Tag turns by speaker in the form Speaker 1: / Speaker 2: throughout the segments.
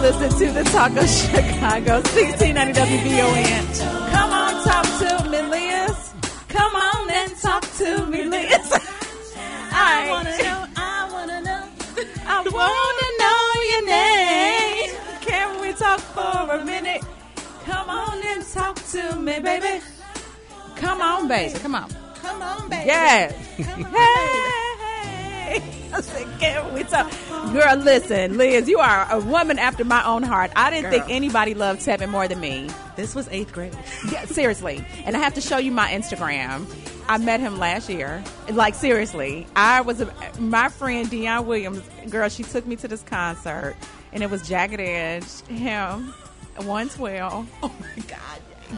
Speaker 1: listen to the Talk of Chicago, 1690 WBON. Come on, talk to me, Liz. Come on and talk to me, Liz. I wanna know, I wanna know, I wanna know your name. Can we talk for a minute? Come on and talk to me, baby. Come on, baby. Come on.
Speaker 2: Come on, baby.
Speaker 1: Yes.
Speaker 2: Come on, baby.
Speaker 1: Hey. I said, can we talk? Girl, listen, Liz, you are a woman after my own heart. I didn't
Speaker 2: Girl.
Speaker 1: think anybody loved Tevin more than me.
Speaker 2: This was eighth grade.
Speaker 1: Yeah, seriously. And I have to show you my Instagram. I met him last year. Like seriously, I was a, my friend Deion Williams. Girl, she took me to this concert, and it was Jagged Edge, him, one twelve.
Speaker 2: Oh my God.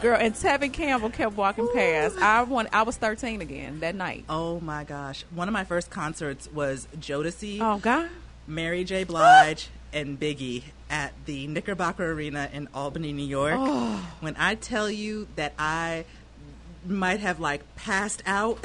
Speaker 1: Girl, and Tevin Campbell kept walking past. I won. I was thirteen again that night.
Speaker 2: Oh my gosh. One of my first concerts was Jodeci,
Speaker 1: Oh God.
Speaker 2: Mary J. Blige, and Biggie at the Knickerbocker Arena in Albany, New York.
Speaker 1: Oh.
Speaker 2: When I tell you that I might have like passed out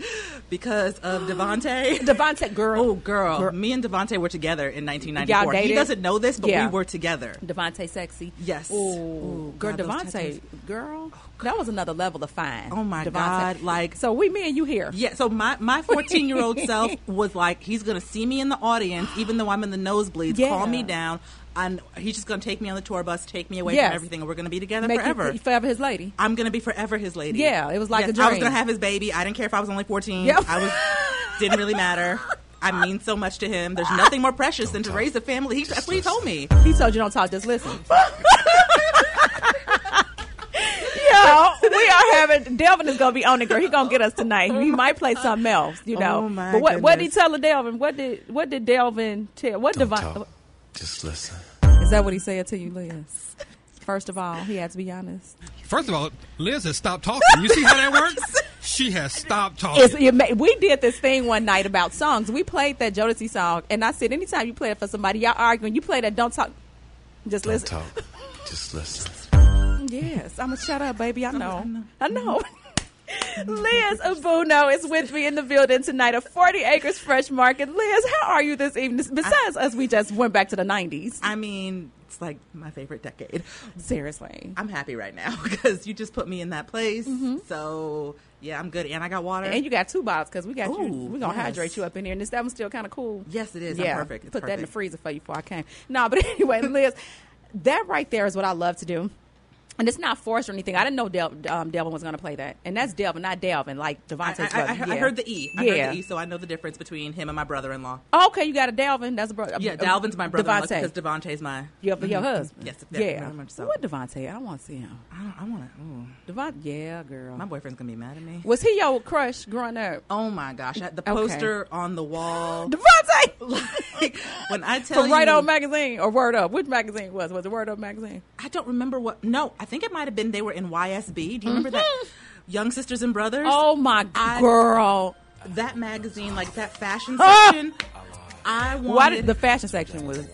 Speaker 2: because of Devontae.
Speaker 1: Devontae, girl.
Speaker 2: Oh, girl. Me and Devontae were together in 1994.
Speaker 1: Y'all
Speaker 2: He
Speaker 1: dated?
Speaker 2: doesn't know this, but
Speaker 1: Yeah.
Speaker 2: we were together.
Speaker 1: Devontae sexy.
Speaker 2: Yes.
Speaker 1: Ooh,
Speaker 2: Ooh,
Speaker 1: girl,
Speaker 2: God, those
Speaker 1: Devontae,
Speaker 2: tattoos.
Speaker 1: girl, that was another level of fine.
Speaker 2: Oh, my
Speaker 1: Devontae.
Speaker 2: God, like-
Speaker 1: so we, me and you here.
Speaker 2: Yeah, so my my 14 year old self was like, he's gonna see me in the audience, even though I'm in the nosebleeds.
Speaker 1: Yeah.
Speaker 2: Call me down, and he's just gonna take me on the tour bus, take me away
Speaker 1: Yes.
Speaker 2: from everything, and we're gonna be together
Speaker 1: Make you-
Speaker 2: forever.
Speaker 1: forever his lady.
Speaker 2: I'm gonna be forever his lady.
Speaker 1: Yeah, it was like
Speaker 2: Yes,
Speaker 1: a
Speaker 2: I was
Speaker 1: dream.
Speaker 2: gonna have his baby. I didn't care if I was only 14.
Speaker 1: Yep.
Speaker 2: I was didn't really matter. I mean so much to him. There's nothing more precious than to raise a family. He, that's what he told me.
Speaker 1: He told you don't talk, just listen. Yo, we are having Delvin is gonna be on it, girl. He gonna get us tonight. He might play something else, you know.
Speaker 2: Oh, my
Speaker 1: but what, what did he
Speaker 2: goodness.
Speaker 1: tell Delvin? What did what did Delvin tell? What
Speaker 3: Don't
Speaker 1: Devon?
Speaker 3: talk. Just listen.
Speaker 1: Is that what he said to you, Liz? First of all, he had to be honest.
Speaker 4: First of all, Liz has stopped talking. You see how that works? She has stopped talking.
Speaker 1: It's, it ma- we did this thing one night about songs. We played that Jodeci song, and I said, anytime you play it for somebody, y'all arguing. You play that, don't talk. Just
Speaker 3: Don't
Speaker 1: listen.
Speaker 3: talk. Just listen.
Speaker 1: Yes, I'm gonna shut up, baby. I know. I know.
Speaker 2: Mm-hmm.
Speaker 1: Liz Abuno is with me in the building tonight at 40 Acres Fresh Market. Liz, how are you this evening? Besides us, we just went back to the 90s.
Speaker 2: I mean, it's like my favorite decade.
Speaker 1: Seriously.
Speaker 2: I'm happy right now because you just put me in that place. So yeah, I'm good, and I got water.
Speaker 1: Mm-hmm. And you got two bottles because we got you.
Speaker 2: Ooh,
Speaker 1: We're gonna
Speaker 2: yes.
Speaker 1: hydrate you up in here, and this that one's still kind of cool.
Speaker 2: Yes, it is. I'm
Speaker 1: Yeah,
Speaker 2: perfect. It's
Speaker 1: put that in the
Speaker 2: perfect.
Speaker 1: freezer for you before I came. No, but anyway, Liz, that right there is what I love to do. And it's not forced or anything. I didn't know Del- um, Delvin was going to play that, and that's Delvin, not Delvin, like
Speaker 2: I,
Speaker 1: Devontae's
Speaker 2: I- I-
Speaker 1: brother.
Speaker 2: I
Speaker 1: Yeah.
Speaker 2: heard the E. I
Speaker 1: Yeah.
Speaker 2: heard the E, so I know the difference between him and my brother-in-law.
Speaker 1: Oh, okay, you got a Dalvin. That's a brother.
Speaker 2: Yeah, Dalvin's my brother-in-law
Speaker 1: Devontae.
Speaker 2: because Devontae's my.
Speaker 1: your, your husband.
Speaker 2: Yes, yeah,
Speaker 1: yeah.
Speaker 2: very much so.
Speaker 1: What Devontae? I want to see him.
Speaker 2: I, don't- I want to.
Speaker 1: Devontae. Yeah, girl.
Speaker 2: My boyfriend's gonna be mad at me.
Speaker 1: Was he your crush growing up?
Speaker 2: Oh my gosh! I- The poster on the wall.
Speaker 1: Devontae
Speaker 2: like, when I tell
Speaker 1: from Right
Speaker 2: you,
Speaker 1: On Magazine or Word Up. Which magazine was? Was it Word Up magazine?
Speaker 2: I don't remember what. No, I think it might have been they were in YSB. Do you remember that? Young Sisters and Brothers.
Speaker 1: Oh my
Speaker 2: I-
Speaker 1: girl!
Speaker 2: that magazine, like that fashion section. I wanted
Speaker 1: Why did the fashion section was?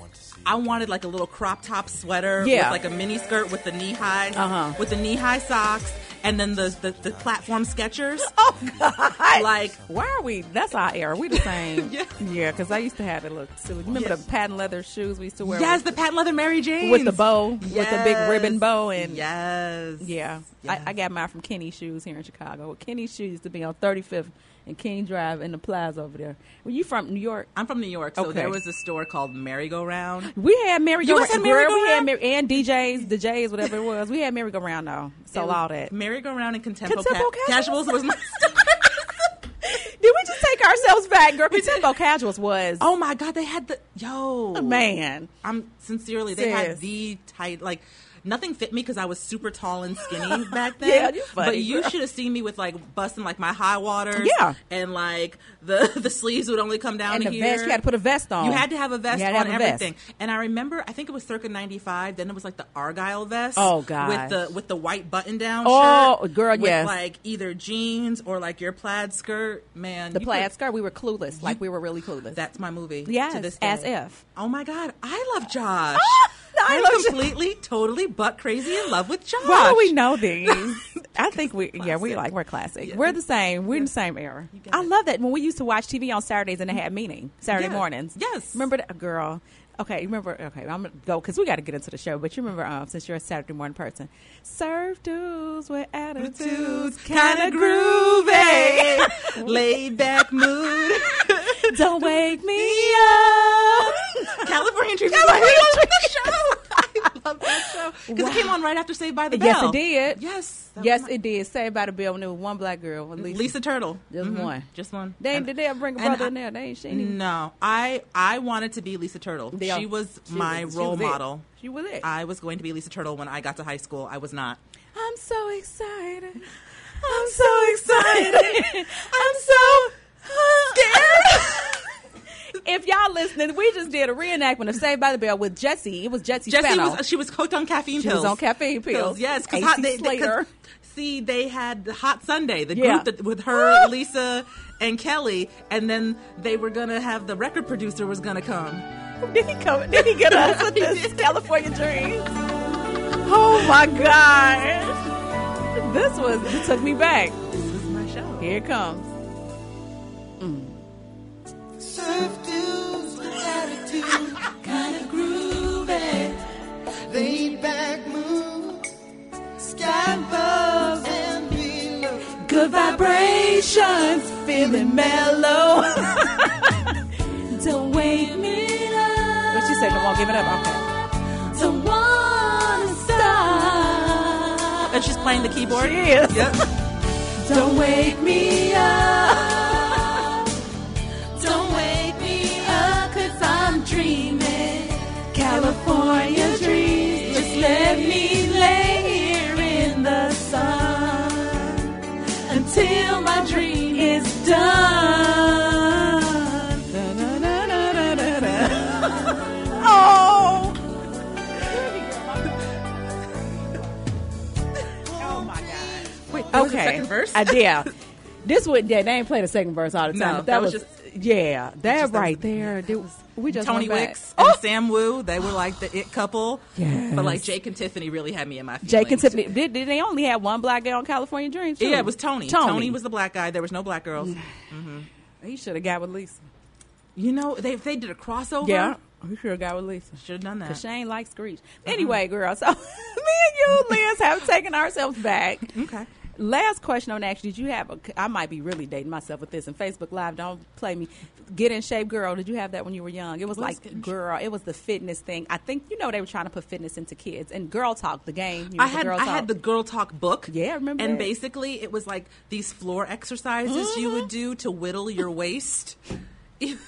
Speaker 2: I wanted like a little crop top sweater
Speaker 1: Yeah.
Speaker 2: with like a mini skirt with the knee high
Speaker 1: Uh-huh.
Speaker 2: with the knee high socks and then the the, the platform sketchers.
Speaker 1: Oh God!
Speaker 2: Like-
Speaker 1: why are we? That's our era. We the same.
Speaker 2: Yeah.
Speaker 1: yeah. Because I used to have it look silly. Remember
Speaker 2: Yes.
Speaker 1: the patent leather shoes we used to wear?
Speaker 2: yes, the patent leather Mary Jane
Speaker 1: With the bow, with the big ribbon bow and-
Speaker 2: yes,
Speaker 1: Yeah,
Speaker 2: Yes.
Speaker 1: I, I got mine from Kenny Shoes here in Chicago. Well, Kenny Shoes used to be on 35th and King Drive in the plaza over there. Well, you from New York?
Speaker 2: I'm from New York, so
Speaker 1: Okay.
Speaker 2: there was a store called Merry Go Round.
Speaker 1: We had Mary
Speaker 2: You
Speaker 1: Go
Speaker 2: always had
Speaker 1: Round.
Speaker 2: merry
Speaker 1: We had
Speaker 2: go-round?
Speaker 1: Mary, and DJs, the J's, whatever it was. We had Merry Go Round though. So all that. Did
Speaker 2: Merry Go Round and Contempo,
Speaker 1: Contempo
Speaker 2: Ca- Casuals was my.
Speaker 1: we just take ourselves back, girl? Tempo Casuals was
Speaker 2: oh my god, they had the yo
Speaker 1: man.
Speaker 2: I'm sincerely, they
Speaker 1: Sis.
Speaker 2: had the tight like nothing fit me because I was super tall and skinny back then.
Speaker 1: Yeah, you funny,
Speaker 2: but you
Speaker 1: girl.
Speaker 2: should have seen me with like busting like my high waters.
Speaker 1: Yeah.
Speaker 2: and like the the sleeves would only come down
Speaker 1: And
Speaker 2: to
Speaker 1: the
Speaker 2: here.
Speaker 1: vest, you had to put a vest on.
Speaker 2: You had to have a vest
Speaker 1: You had
Speaker 2: on
Speaker 1: to have a vest.
Speaker 2: everything. And I remember, I think it was circa '95. Then it was like the argyle vest.
Speaker 1: Oh, gosh.
Speaker 2: with the with the white button down.
Speaker 1: Oh,
Speaker 2: shirt,
Speaker 1: girl,
Speaker 2: with,
Speaker 1: yes.
Speaker 2: Like either jeans or like your plaid skirt. Man,
Speaker 1: the
Speaker 2: you
Speaker 1: plaid
Speaker 2: could-
Speaker 1: skirt. We were clueless. like we were really clueless.
Speaker 2: That's my movie.
Speaker 1: Yes,
Speaker 2: to this day.
Speaker 1: as if.
Speaker 2: Oh my God, I love Josh.
Speaker 1: I
Speaker 2: I'm
Speaker 1: love Josh.
Speaker 2: completely, totally butt crazy in love with Josh.
Speaker 1: Why do we know these? I think we, yeah, we
Speaker 2: Classic.
Speaker 1: like we're classic.
Speaker 2: Yeah.
Speaker 1: We're the same. We're in the same era.
Speaker 2: got
Speaker 1: I
Speaker 2: it.
Speaker 1: love that when we used to watch TV on Saturdays and it had meaning Saturday
Speaker 2: Yeah.
Speaker 1: mornings.
Speaker 2: Yes.
Speaker 1: remember that girl? Okay, you remember? Okay, I'm gonna go because we got to get into the show. But you remember, um, since you're a Saturday morning person, surf dudes with attitudes, kind of groovy.
Speaker 2: Laid back mood.
Speaker 1: Don't wake me up.
Speaker 2: California Dreams is my favorite show. I love that show. Because it came on right after Saved by the Bell.
Speaker 1: Yes, it did.
Speaker 2: Yes. That
Speaker 1: yes,
Speaker 2: was
Speaker 1: it did. Say about a bill when there was one black girl, at
Speaker 2: my-
Speaker 1: least
Speaker 2: Lisa Turtle.
Speaker 1: just
Speaker 2: Mhm.
Speaker 1: one.
Speaker 2: Just one.
Speaker 1: They
Speaker 2: And-
Speaker 1: did they bring a
Speaker 2: and
Speaker 1: brother
Speaker 2: I-
Speaker 1: in there? They ain't seen him.
Speaker 2: No, I I wanted to be Lisa Turtle.
Speaker 1: They all-
Speaker 2: she was my
Speaker 1: was- she
Speaker 2: role
Speaker 1: was it.
Speaker 2: model.
Speaker 1: She was it.
Speaker 2: I was going to be Lisa Turtle when I got to high school. I was not.
Speaker 1: I'm so excited. I'm so excited. I'm so scared. if y'all listening, we just did a reenactment of Saved by the Bell with Jesse. It was Jesse
Speaker 2: Jessie
Speaker 1: Spano.
Speaker 2: was she was hooked on caffeine
Speaker 1: She was
Speaker 2: pills.
Speaker 1: on caffeine pills.
Speaker 2: Yes,
Speaker 1: AC
Speaker 2: hot- they- they- 'cause-
Speaker 1: Slater.
Speaker 2: see, they had the Hot Sunday, the
Speaker 1: Yeah.
Speaker 2: group that, with her, Lisa, and Kelly, and then they were gonna have the record producer was gonna come.
Speaker 1: Did he come? Did he get us with this California dream? Oh my gosh! This was it took me back.
Speaker 2: This was my show.
Speaker 1: Here it comes.
Speaker 5: Surf dudes with attitude, kind of groovy. Laid back mood, sky above and below.
Speaker 1: Good vibrations, feeling mellow. Don't wake me up. What you say? Come on, give it up. Okay. Don't wanna stop.
Speaker 2: And she's playing the keyboard.
Speaker 1: She is.
Speaker 2: Yep.
Speaker 1: Don't wake me up.
Speaker 5: Don't wake me up, cause I'm dreaming.
Speaker 1: California dreams. Just let me lay here in the sun until my dream is done. Oh.
Speaker 2: Wait, that was the
Speaker 1: Okay.
Speaker 2: second verse.
Speaker 1: I did. This would yeah, they ain't play the second verse all the
Speaker 2: No,
Speaker 1: time. but
Speaker 2: that was just-
Speaker 1: yeah, that
Speaker 2: just- that
Speaker 1: right
Speaker 2: was-
Speaker 1: there. That was, we just
Speaker 2: Tony
Speaker 1: went back.
Speaker 2: Wicks
Speaker 1: Oh,
Speaker 2: and Sam Wu, they were like the it couple.
Speaker 1: Yes.
Speaker 2: But like Jake and Tiffany really had me in my feelings.
Speaker 1: Jake and Tiffany. Did, did they only have one black girl on California Dreams? too?
Speaker 2: Yeah, it was Tony.
Speaker 1: Tony,
Speaker 2: Tony. was the black guy. There was no black girls.
Speaker 1: He should have got with Lisa.
Speaker 2: You know, they if they did a crossover.
Speaker 1: Yeah, he should have got with Lisa.
Speaker 2: Should have done that.
Speaker 1: Cause she ain't like Screech.
Speaker 2: Uh-huh.
Speaker 1: Anyway, girl, so me and you, Liz, have taken ourselves back.
Speaker 2: Okay.
Speaker 1: Last question on action. Did you have a? I might be really dating myself with this. And Facebook Live, don't play me. Get in shape, girl. Did you have that when you were young? It was
Speaker 2: What is
Speaker 1: like,
Speaker 2: Get in Shape?
Speaker 1: girl, it was the fitness thing. I think you know they were trying to put fitness into kids and girl talk. The game. You
Speaker 2: I
Speaker 1: remember
Speaker 2: had
Speaker 1: girl
Speaker 2: I
Speaker 1: Talk?
Speaker 2: had the Girl Talk book.
Speaker 1: Yeah, I remember
Speaker 2: And
Speaker 1: that.
Speaker 2: basically, it was like these floor exercises you would do to whittle your waist. and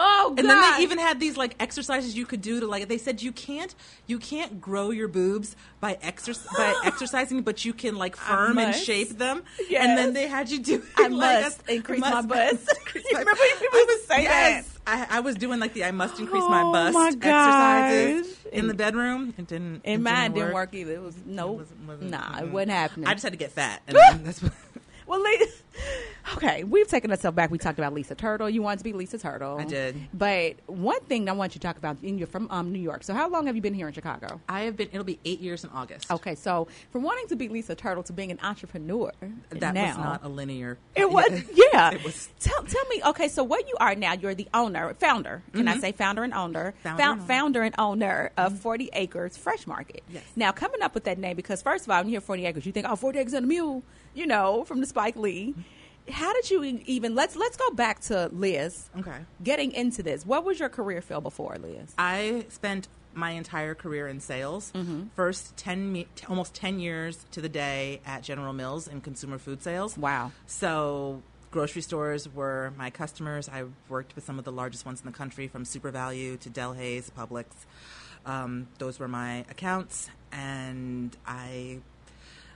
Speaker 1: Oh, God.
Speaker 2: then they even had these like exercises you could do to like they said you can't you can't grow your boobs by exerc- by exercising, but you can like firm and
Speaker 1: must.
Speaker 2: shape them.
Speaker 1: Yes.
Speaker 2: And then they had you do
Speaker 1: I
Speaker 2: like,
Speaker 1: must
Speaker 2: a-
Speaker 1: increase
Speaker 2: must-
Speaker 1: my bust.
Speaker 2: increase
Speaker 1: You
Speaker 2: my-
Speaker 1: remember when people
Speaker 2: I
Speaker 1: would say that?
Speaker 2: yes, I, I was doing like the I must increase my
Speaker 1: Oh,
Speaker 2: bust
Speaker 1: my
Speaker 2: exercises
Speaker 1: gosh.
Speaker 2: in the bedroom. It didn't. it
Speaker 1: And mine didn't work either. It was no,
Speaker 2: wasn't- wasn't-
Speaker 1: nah, it wasn't happening.
Speaker 2: I just had to get fat. And then that's what,
Speaker 1: Well, Lisa, okay, we've taken ourselves back. We talked about Lisa Turtle. You wanted to be Lisa Turtle.
Speaker 2: I did.
Speaker 1: But one thing I want you to talk about, and you're from um, New York. So, how long have you been here in Chicago?
Speaker 2: I have been. It'll be eight years in August.
Speaker 1: Okay, so from wanting to be Lisa Turtle to being an entrepreneur,
Speaker 2: that
Speaker 1: now,
Speaker 2: was not a linear.
Speaker 1: It was, yeah.
Speaker 2: It was-
Speaker 1: Tell, tell me, okay, so what you are now, you're the owner, founder, can I say founder and owner?
Speaker 2: Mm-hmm. Founder
Speaker 1: Found-
Speaker 2: and owner. Mm-hmm.
Speaker 1: founder and owner of 40 Acres Fresh Market.
Speaker 2: Yes.
Speaker 1: Now, coming up with that name, because first of all, when you hear 40 Acres, you think, oh, 40 Acres and a Mule, you know, from the Spike Lee.
Speaker 2: Mm-hmm.
Speaker 1: How did you e- even, let's, let's go back to Liz.
Speaker 2: Okay.
Speaker 1: Getting into this, what was your career field before, Liz?
Speaker 2: I spent my entire career in sales. First ten, me- t- almost ten years to the day at General Mills in consumer food sales.
Speaker 1: Wow.
Speaker 2: So grocery stores were my customers. I worked with some of the largest ones in the country, from Super Value to Delhaize, Publix. Um, those were my accounts, and I.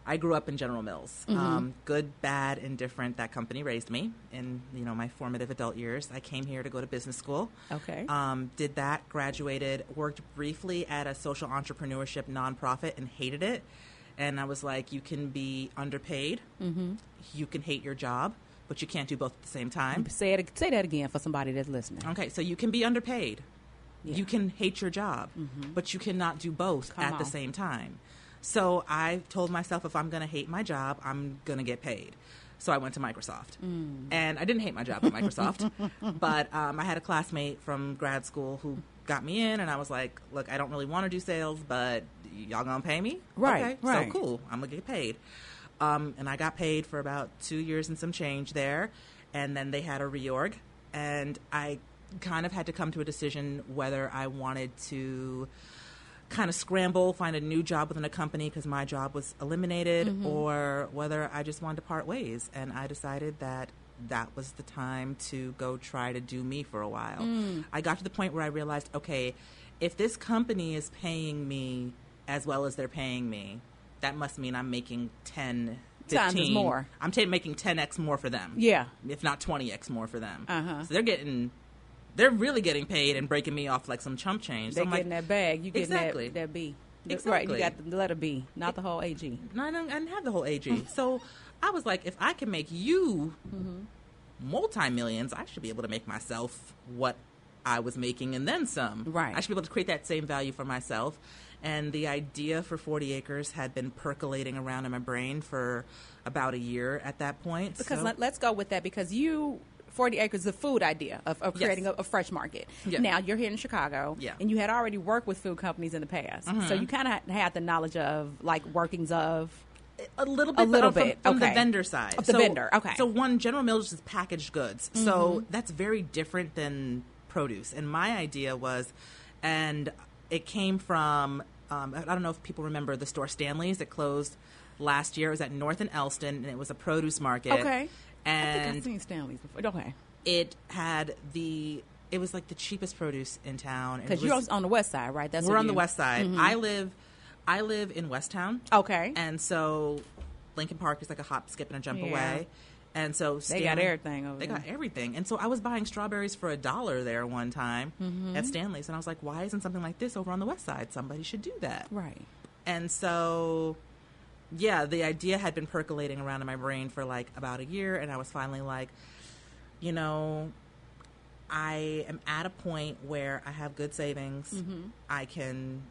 Speaker 2: I grew up in General Mills. Um, good, bad, indifferent. That company raised me in you know my formative adult years. I came here to go to business school.
Speaker 1: Okay.
Speaker 2: Um, did that, graduated, worked briefly at a social entrepreneurship nonprofit and hated it. And I was like, you can be underpaid, you can hate your job, but you can't do both at the same time.
Speaker 1: Say, it, say that again for somebody that's listening.
Speaker 2: Okay, so you can be underpaid,
Speaker 1: Yeah. Mm-hmm.
Speaker 2: you can hate your job, but you cannot do both
Speaker 1: Come
Speaker 2: at the
Speaker 1: on.
Speaker 2: same time. So I told myself, if I'm going to hate my job, I'm going to get paid. So I went to Microsoft,
Speaker 1: Mm.
Speaker 2: and I didn't hate my job at Microsoft, but um, I had a classmate from grad school who got me in, and I was like, "Look, I don't really want to do sales, but y'all gonna pay me,
Speaker 1: Right,
Speaker 2: Okay,
Speaker 1: right.
Speaker 2: So cool, I'm gonna get paid." Um, and I got paid for about two years and some change there, and then they had a reorg, and I kind of had to come to a decision whether I wanted to kind of scramble, find a new job within a company because my job was eliminated, or whether I just wanted to part ways. And I decided that that was the time to go try to do me for a while. I got to the point where I realized okay, if this company is paying me as well as they're paying me, that must mean I'm making 10
Speaker 1: Times
Speaker 2: 15
Speaker 1: more.
Speaker 2: I'm ta making 10x more for them.
Speaker 1: Yeah.
Speaker 2: If not 20x more for them.
Speaker 1: Uh-huh.
Speaker 2: So they're getting they're really getting paid and breaking me off like some chump change. So
Speaker 1: They
Speaker 2: I'm
Speaker 1: getting
Speaker 2: like,
Speaker 1: that bag. You getting
Speaker 2: Exactly.
Speaker 1: that that B. The-
Speaker 2: Exactly.
Speaker 1: Right. You got the letter B, not the whole AG.
Speaker 2: No, I didn't, I didn't have the whole AG. so I was like, if I can make you multi millions, I should be able to make myself what I was making and then some.
Speaker 1: Right.
Speaker 2: I should be able to create that same value for myself. And the idea for 40 Acres had been percolating around in my brain for about a year at that point.
Speaker 1: Because
Speaker 2: So-
Speaker 1: let, us go with that because you. 40 acres the food idea of, of
Speaker 2: Yes.
Speaker 1: creating a, a fresh market
Speaker 2: Yeah.
Speaker 1: now you're here in chicago
Speaker 2: Yeah. Mm-hmm.
Speaker 1: and you had already worked with food companies in the past so you kind of had the knowledge of like workings of
Speaker 2: a little
Speaker 1: A
Speaker 2: bit, but
Speaker 1: little
Speaker 2: on- from,
Speaker 1: bit,
Speaker 2: from
Speaker 1: okay.
Speaker 2: the vendor side.
Speaker 1: Of the vendor, okay. Mm-hmm.
Speaker 2: So one General Mills is packaged goods, so that's very different than produce. And my idea was, and it came from um, I I don't know if people remember the store Stanley's that closed last year. It was at North and Elston, and it was a produce market.
Speaker 1: Okay. I think I've
Speaker 2: and
Speaker 1: seen Stanley's before okay
Speaker 2: it had the it was like the cheapest produce in town and it
Speaker 1: because you're
Speaker 2: was-
Speaker 1: on the west side right that's
Speaker 2: we're
Speaker 1: what
Speaker 2: on the
Speaker 1: you- Mm-hmm.
Speaker 2: west side. I live, I live in West Town.
Speaker 1: Okay.
Speaker 2: and so Lincoln Park is like a hop, skip, and a jump
Speaker 1: Yeah.
Speaker 2: away. And so Stanley,
Speaker 1: got everything over
Speaker 2: they got
Speaker 1: there.
Speaker 2: everything. And so I was buying strawberries for a dollar there one time
Speaker 1: Mm-hmm.
Speaker 2: at Stanley's, and I was like, why isn't something like this over on the west side? Somebody should do that.
Speaker 1: right
Speaker 2: And so, yeah, the idea had been percolating around in my brain for like about a year, and I was finally like, you know, I am at a point where I have good savings.
Speaker 1: Mm-hmm.
Speaker 2: I can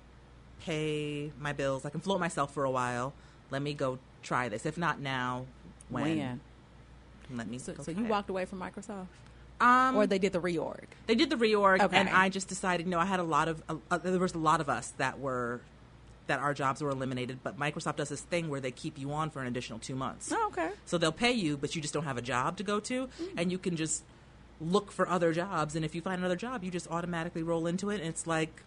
Speaker 2: pay my bills. I can float myself for a while. Let me go try this. If not now, when? Let me.
Speaker 1: so,
Speaker 2: go
Speaker 1: so
Speaker 2: try
Speaker 1: you
Speaker 2: it.
Speaker 1: walked away from microsoft
Speaker 2: Um,
Speaker 1: or they did the reorg
Speaker 2: they did the reorg,
Speaker 1: Okay.
Speaker 2: and I just decided. No, I had a lot of uh, uh, there was a lot of us that were that our jobs were eliminated. But Microsoft does this thing where they keep you on for an additional two months.
Speaker 1: oh Hmm. okay
Speaker 2: So they'll pay you, but you just don't have a job to go to, and you can just look for other jobs. And if you find another job, you just automatically roll into it, and it's like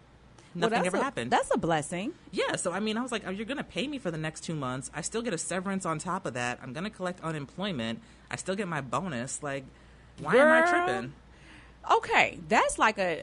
Speaker 1: Well,
Speaker 2: nothing
Speaker 1: that's
Speaker 2: ever
Speaker 1: a-
Speaker 2: happened.
Speaker 1: that's a blessing
Speaker 2: Yeah, so I mean, I was like, oh, you're going to pay me for the next two months. I still get a severance on top of that. I'm going to collect unemployment. I still get my bonus. Like, why am I
Speaker 1: Girl.
Speaker 2: tripping?
Speaker 1: okay that's like a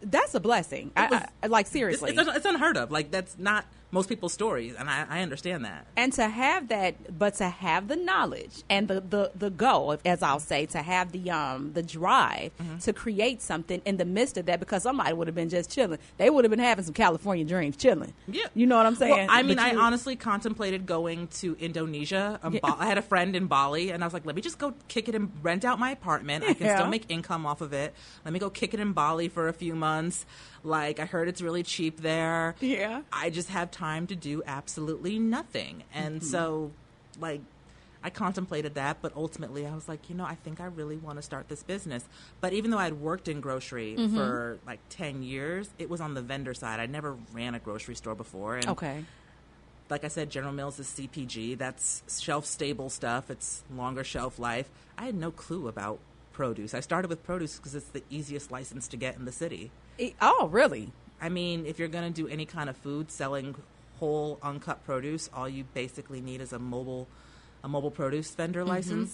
Speaker 1: that's a blessing I,
Speaker 2: was-
Speaker 1: I- like
Speaker 2: It's,
Speaker 1: seriously
Speaker 2: it's, it's unheard of. Like that's not most people's stories, and I, I understand that.
Speaker 1: and to have that but to have the knowledge and the the, the goal as i'll say to have the um the drive
Speaker 2: Mm-hmm.
Speaker 1: to create something in the midst of that because somebody would have been just chilling they would have been having some california dreams chilling you know what i'm
Speaker 2: Well,
Speaker 1: saying
Speaker 2: I mean,
Speaker 1: But
Speaker 2: I
Speaker 1: you-
Speaker 2: honestly contemplated going to Indonesia. Um, Ba- I had a friend in Bali, and I was like, let me just go kick it and rent out my apartment. I can
Speaker 1: Yeah.
Speaker 2: still make income off of it. Let me go kick it in Bali for a few months. Like, I heard it's really cheap there.
Speaker 1: Yeah.
Speaker 2: I just have time to do absolutely nothing. And
Speaker 1: Mm-hmm.
Speaker 2: so, like, I contemplated that, but ultimately I was like, you know, I think I really want to start this business. But even though I'd worked in grocery
Speaker 1: Mm-hmm.
Speaker 2: for like 10 years, it was on the vendor side. I never ran a grocery store before. And
Speaker 1: okay
Speaker 2: like I said, General Mills is CPG. That's shelf stable stuff. It's longer shelf life. I had no clue about produce. I started with produce because it's the easiest license to get in the city.
Speaker 1: E- oh really
Speaker 2: I mean, if you're going to do any kind of food, selling whole uncut produce, all you basically need is a mobile, a mobile produce vendor
Speaker 1: Mm-hmm.
Speaker 2: license,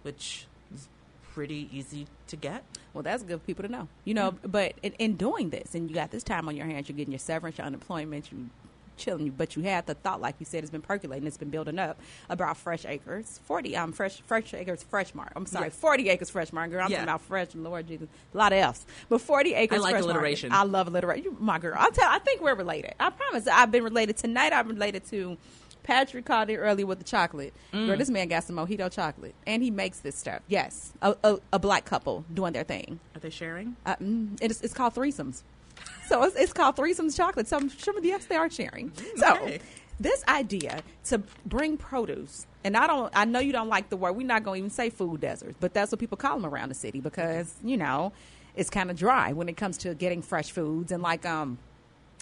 Speaker 2: which is pretty easy to get.
Speaker 1: Well, that's good for people to know. You know, but in, in doing this, and you got this time on your hands, you're getting your severance, your unemployment, you chilling, but you had the thought, like you said, it's been percolating, it's been building up about Fresh Acres, 40, um, Fresh, Fresh Acres, Fresh Mark. I'm sorry,
Speaker 2: Yeah.
Speaker 1: 40 Acres, Fresh Mark, girl. I'm
Speaker 2: Yeah.
Speaker 1: talking about Fresh, Lord Jesus, a lot of F's. But 40 Acres,
Speaker 2: like
Speaker 1: Fresh Market.
Speaker 2: alliteration.
Speaker 1: I love alliteration. You- My girl, I'll tell, I think we're related. I promise. I've been related. Tonight, I'm related to Patrick called it early with the chocolate.
Speaker 2: Mm.
Speaker 1: Girl, this man got some mojito chocolate, and he makes this stuff. Yes, a, a, a black couple doing their thing.
Speaker 2: Are they sharing?
Speaker 1: Uh, mm, it's, it's called threesomes. So it's, it's called threesomes chocolate. So I'm sure yes, they are sharing. So
Speaker 2: okay.
Speaker 1: this idea to bring produce, and I don't, I know you don't like the word. We're not going to even say food deserts, but that's what people call them around the city because you know is kind of dry when it comes to getting fresh foods and like um.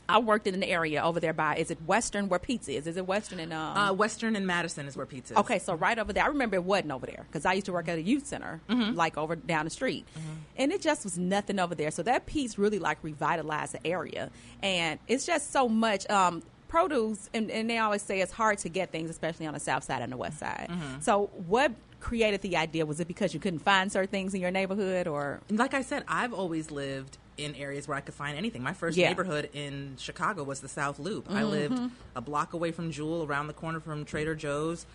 Speaker 1: I worked in an area over there by is it Western where pizza is? Is it Western and um,
Speaker 2: Uh, Western and Madison is where pizza. Is.
Speaker 1: Okay, so right over there, I remember it wasn't over there because I used to work at a youth center, like over down the street, and it just was nothing over there. So that piece really like revitalized the area, and it's just so much. Um, produce and, and they always say it's hard to get things especially on the south side and the west side so what created the idea was it because you couldn't find certain things in your neighborhood or
Speaker 2: And Like I said, I've always lived in areas where I could find anything. My first
Speaker 1: Yeah. Mm-hmm.
Speaker 2: neighborhood in Chicago was the South Loop. I lived a block away from Jewel, around the corner from Trader Joe's,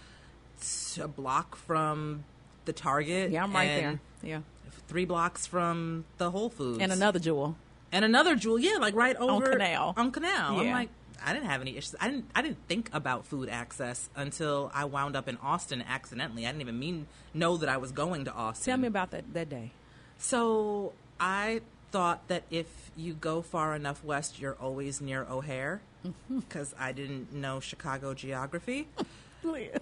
Speaker 2: t- a block from the Target.
Speaker 1: yeah i'm right
Speaker 2: and
Speaker 1: there yeah
Speaker 2: Three blocks from the Whole Foods.
Speaker 1: and another jewel
Speaker 2: and another jewel, yeah, like right over
Speaker 1: Canal.
Speaker 2: On Canal, I'm
Speaker 1: Yeah.
Speaker 2: like, I didn't have any issues. I didn't. I didn't think about food access until I wound up in Austin accidentally. I didn't even mean know that I was going to Austin.
Speaker 1: tell me about that that day
Speaker 2: So I thought that if you go far enough west, you're always near O'Hare, because I didn't know Chicago geography.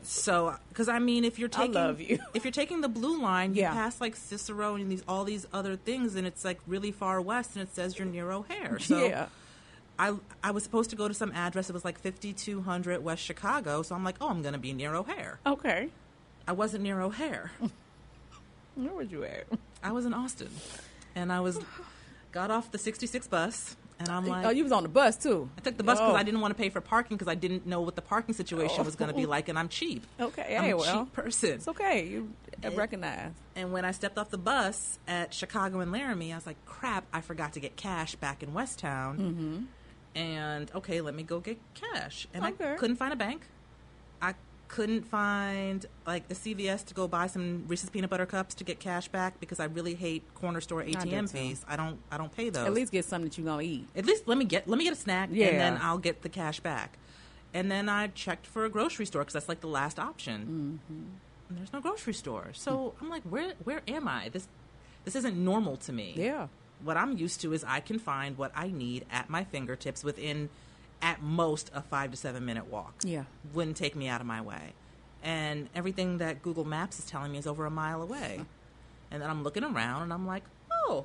Speaker 2: So, because I mean, if you're taking
Speaker 1: love you.
Speaker 2: if you're taking the blue line, you
Speaker 1: Yeah.
Speaker 2: pass like Cicero and these all these other things, and it's like really far west, and it says you're near O'Hare. So
Speaker 1: yeah
Speaker 2: I I was supposed to go to some address. It was like 5200 West Chicago. So I'm like, oh, I'm gonna be near O'Hare.
Speaker 1: okay
Speaker 2: I wasn't near O'Hare.
Speaker 1: where were you at
Speaker 2: I was in Austin, and I was got off the 66 bus, and I'm like,
Speaker 1: oh you was on the bus too
Speaker 2: I took the bus because
Speaker 1: Oh.
Speaker 2: I didn't want to pay for parking because I didn't know what the parking situation was going to be like, and I'm cheap.
Speaker 1: Okay, Um,
Speaker 2: I'm
Speaker 1: hey,
Speaker 2: a
Speaker 1: well.
Speaker 2: cheap person.
Speaker 1: It's okay. You recognize.
Speaker 2: And when I stepped off the bus at Chicago and Laramie, I was like, crap, I forgot to get cash back in Westtown. Mm-hmm. And okay, let me go get cash. And I
Speaker 1: Okay.
Speaker 2: couldn't find a bank. I couldn't find like a CVS to go buy some Reese's peanut butter cups to get cash back because I really hate corner store ATM
Speaker 1: too.
Speaker 2: fees. I don't I don't pay those.
Speaker 1: At least get something that you gonna eat.
Speaker 2: at least let me get let me get a snack and then
Speaker 1: Yeah.
Speaker 2: I'll get the cash back. And then I checked for a grocery store because that's like the last option.
Speaker 1: Mm-hmm.
Speaker 2: And there's no grocery store, so I'm like, where where am I? This this isn't normal to me.
Speaker 1: Yeah.
Speaker 2: What I'm used to is I can find what I need at my fingertips within at most a five to seven minute walk.
Speaker 1: Yeah.
Speaker 2: Wouldn't take me out of my way. And everything that Google Maps is telling me is over a mile away. And then I'm looking around and I'm like, oh,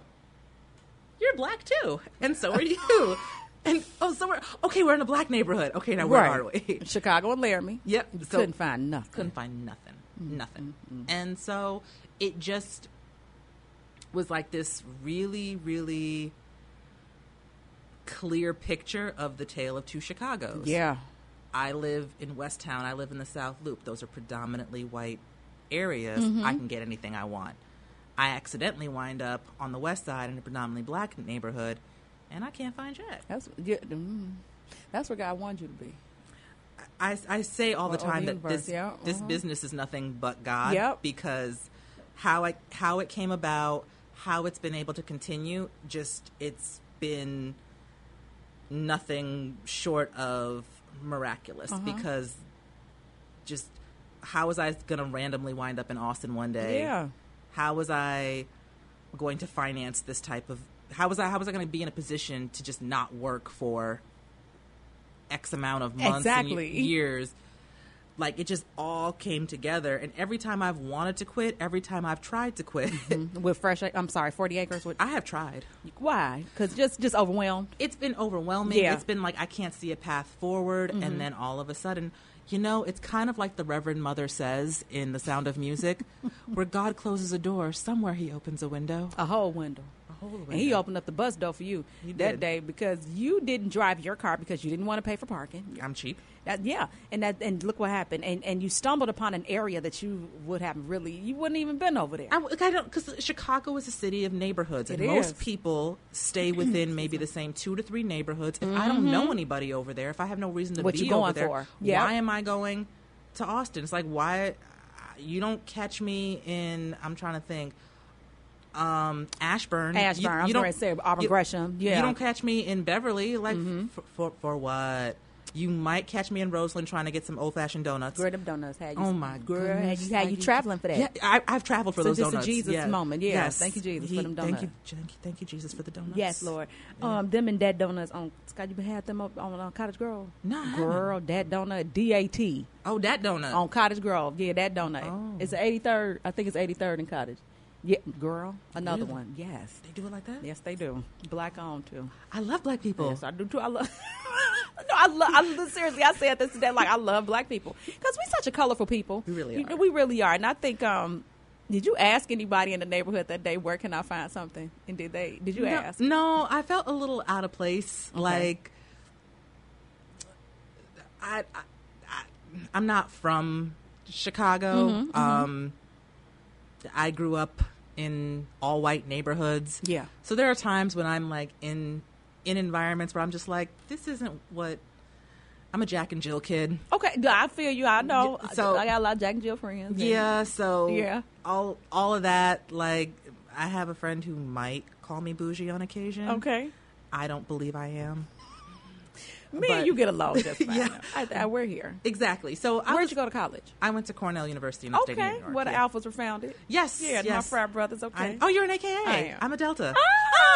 Speaker 2: you're black too. And so are you. and oh, so we're okay, we're in a black neighborhood. Okay, now where are we?
Speaker 1: Chicago and Laramie.
Speaker 2: Yep,
Speaker 1: You
Speaker 2: so-
Speaker 1: couldn't find Mm-hmm, nothing.
Speaker 2: couldn't find nothing nothing and so it just was like this really really clear picture of the tale of two chicagos
Speaker 1: Yeah.
Speaker 2: i live in west town i live in the south loop those are predominantly white areas i can get anything i want i accidentally wind up on the west side in a predominantly black neighborhood and i can't find jack
Speaker 1: That's yeah, mm, that's where God wanted you to be.
Speaker 2: I, I say all the
Speaker 1: Or- or
Speaker 2: time
Speaker 1: the
Speaker 2: that
Speaker 1: universe,
Speaker 2: this
Speaker 1: yeah,
Speaker 2: this
Speaker 1: mhm.
Speaker 2: business is nothing but God.
Speaker 1: Yep.
Speaker 2: Because how I how it came about, how it's been able to continue, just it's been nothing short of miraculous.
Speaker 1: Uh-huh.
Speaker 2: Because just how was I going to randomly wind up in Austin one day?
Speaker 1: Yeah.
Speaker 2: How was I going to finance this type of? How was I? How was I going to be in a position to just not work for X amount of months and
Speaker 1: Exactly.
Speaker 2: ye- years. Like it just all came together, and every time I've wanted to quit, every time I've tried to quit,
Speaker 1: With fresh, ac- I'm sorry, forty acres. With
Speaker 2: I have tried.
Speaker 1: why? Because just just overwhelmed.
Speaker 2: It's been overwhelming.
Speaker 1: Yeah. Mm-hmm.
Speaker 2: It's been like I can't see a path forward, and then all of a sudden, you know, it's kind of like the Reverend Mother says in The Sound of Music, where God closes a door, somewhere He opens a window.
Speaker 1: A whole window. A
Speaker 2: whole
Speaker 1: And he
Speaker 2: window.
Speaker 1: opened up the bus door for you
Speaker 2: did.
Speaker 1: that day because you didn't drive your car because you didn't want to pay for parking.
Speaker 2: I'm cheap.
Speaker 1: That, yeah, and that and look what happened. And and you stumbled upon an area that you would have really you wouldn't even been over there.
Speaker 2: I, like, I don't because Chicago is a city of neighborhoods, and
Speaker 1: It
Speaker 2: most
Speaker 1: is.
Speaker 2: people stay within maybe the same two to three neighborhoods. If I don't know anybody over there, if I have no reason to
Speaker 1: Mm-hmm. What
Speaker 2: be
Speaker 1: you going
Speaker 2: over there,
Speaker 1: for. Yeah.
Speaker 2: why am I going to Austin? It's like why you don't catch me in. I'm trying to think. Um, Ashburn. You-
Speaker 1: Ashburn. I
Speaker 2: you
Speaker 1: was
Speaker 2: don't-
Speaker 1: gonna say Auburn
Speaker 2: you-
Speaker 1: Gresham. Yeah. Mm-hmm.
Speaker 2: You don't catch me in Beverly. Like for, for for what? You might catch me in Roseland trying to get some old fashioned donuts.
Speaker 1: Girl, them donuts had you.
Speaker 2: Oh my
Speaker 1: girl, had
Speaker 2: goodness,
Speaker 1: you, had you
Speaker 2: I-
Speaker 1: traveling for that?
Speaker 2: Yeah, I, I've traveled for
Speaker 1: So
Speaker 2: those
Speaker 1: this is a
Speaker 2: donuts.
Speaker 1: Jesus
Speaker 2: yeah.
Speaker 1: moment. Yeah. Thank you, Jesus, for them
Speaker 2: Thank you,
Speaker 1: donuts.
Speaker 2: thank you, thank you, Jesus, for the donuts.
Speaker 1: Yes, Lord. Um, them and Dad Donuts on Scott. You had them up on, on Cottage Grove.
Speaker 2: No, I haven't.
Speaker 1: girl, Dad Donut D A T
Speaker 2: Oh, that donut.
Speaker 1: Oh. on Cottage Grove. Yeah, that donut. It's the eighty third. I think it's eighty third in Cottage. Yeah, girl, another one. Yes,
Speaker 2: They do it like that?
Speaker 1: yes, they do. Black on too.
Speaker 2: I love black people.
Speaker 1: Yes, I do too. I love. no, I love. I lo- seriously. I said this today. Like I love black people because we're such a colorful people.
Speaker 2: We really
Speaker 1: You
Speaker 2: are.
Speaker 1: know, we really are. And I think. um Did you ask anybody in the neighborhood that day where can I find something? And did they? Did you
Speaker 2: no,
Speaker 1: ask?
Speaker 2: no, I felt a little out of place. Like, I, I, I, I'm not from Chicago.
Speaker 1: Mm-hmm,
Speaker 2: um, I grew up in all white neighborhoods.
Speaker 1: Yeah.
Speaker 2: So there are times when I'm like in in environments where I'm just like, this isn't what. I'm a Jack and Jill kid.
Speaker 1: Okay, no, I feel you. I know.
Speaker 2: So-
Speaker 1: I got a lot of Jack and Jill friends. and-
Speaker 2: Yeah, so
Speaker 1: Yeah.
Speaker 2: all all of that. Like, I have a friend who might call me bougie on occasion.
Speaker 1: Okay.
Speaker 2: I don't believe I am.
Speaker 1: Me
Speaker 2: But-
Speaker 1: and you get along just fine.
Speaker 2: Yeah.
Speaker 1: I, I, we're here.
Speaker 2: Exactly. So I
Speaker 1: Where'd
Speaker 2: was,
Speaker 1: you go to college?
Speaker 2: I went to Cornell University in upstate New
Speaker 1: Okay,
Speaker 2: York.
Speaker 1: where the
Speaker 2: yeah.
Speaker 1: Alphas were founded.
Speaker 2: Yes.
Speaker 1: Yeah, my
Speaker 2: yes.
Speaker 1: frat brothers.
Speaker 2: I-
Speaker 1: Okay.
Speaker 2: oh, you're an AKA.
Speaker 1: I am.
Speaker 2: am a Delta. Oh,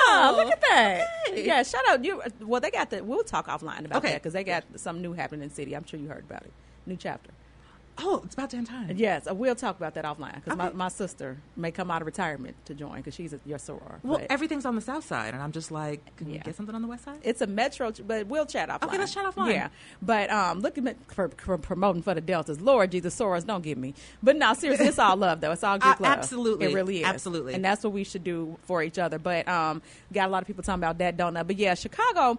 Speaker 1: Ah, look at that. Yeah, shout out. You uh, well, they got the. We'll talk offline about
Speaker 2: Okay.
Speaker 1: that because they got some new happening in the city. I'm sure you heard about it. New chapter. Ah!
Speaker 2: Oh, it's about damn time.
Speaker 1: Yes, uh, we'll talk about that offline because my,
Speaker 2: Okay.
Speaker 1: my sister may come out of retirement to join because she's a, your soror.
Speaker 2: Well,
Speaker 1: but
Speaker 2: everything's on the south side, and I'm just like, can we
Speaker 1: Yeah.
Speaker 2: get something on the west side?
Speaker 1: it's a metro, ch- but we'll chat offline.
Speaker 2: Okay, let's chat offline.
Speaker 1: Yeah, but um, look at me for, for promoting for the Deltas. Lord Jesus, Soros, don't give me. But no, seriously, it's all love though. It's all good
Speaker 2: Uh,
Speaker 1: love.
Speaker 2: absolutely.
Speaker 1: it really is.
Speaker 2: Absolutely.
Speaker 1: and that's what we should do for each other. But um, got a lot of people talking about that donut. But yeah, Chicago,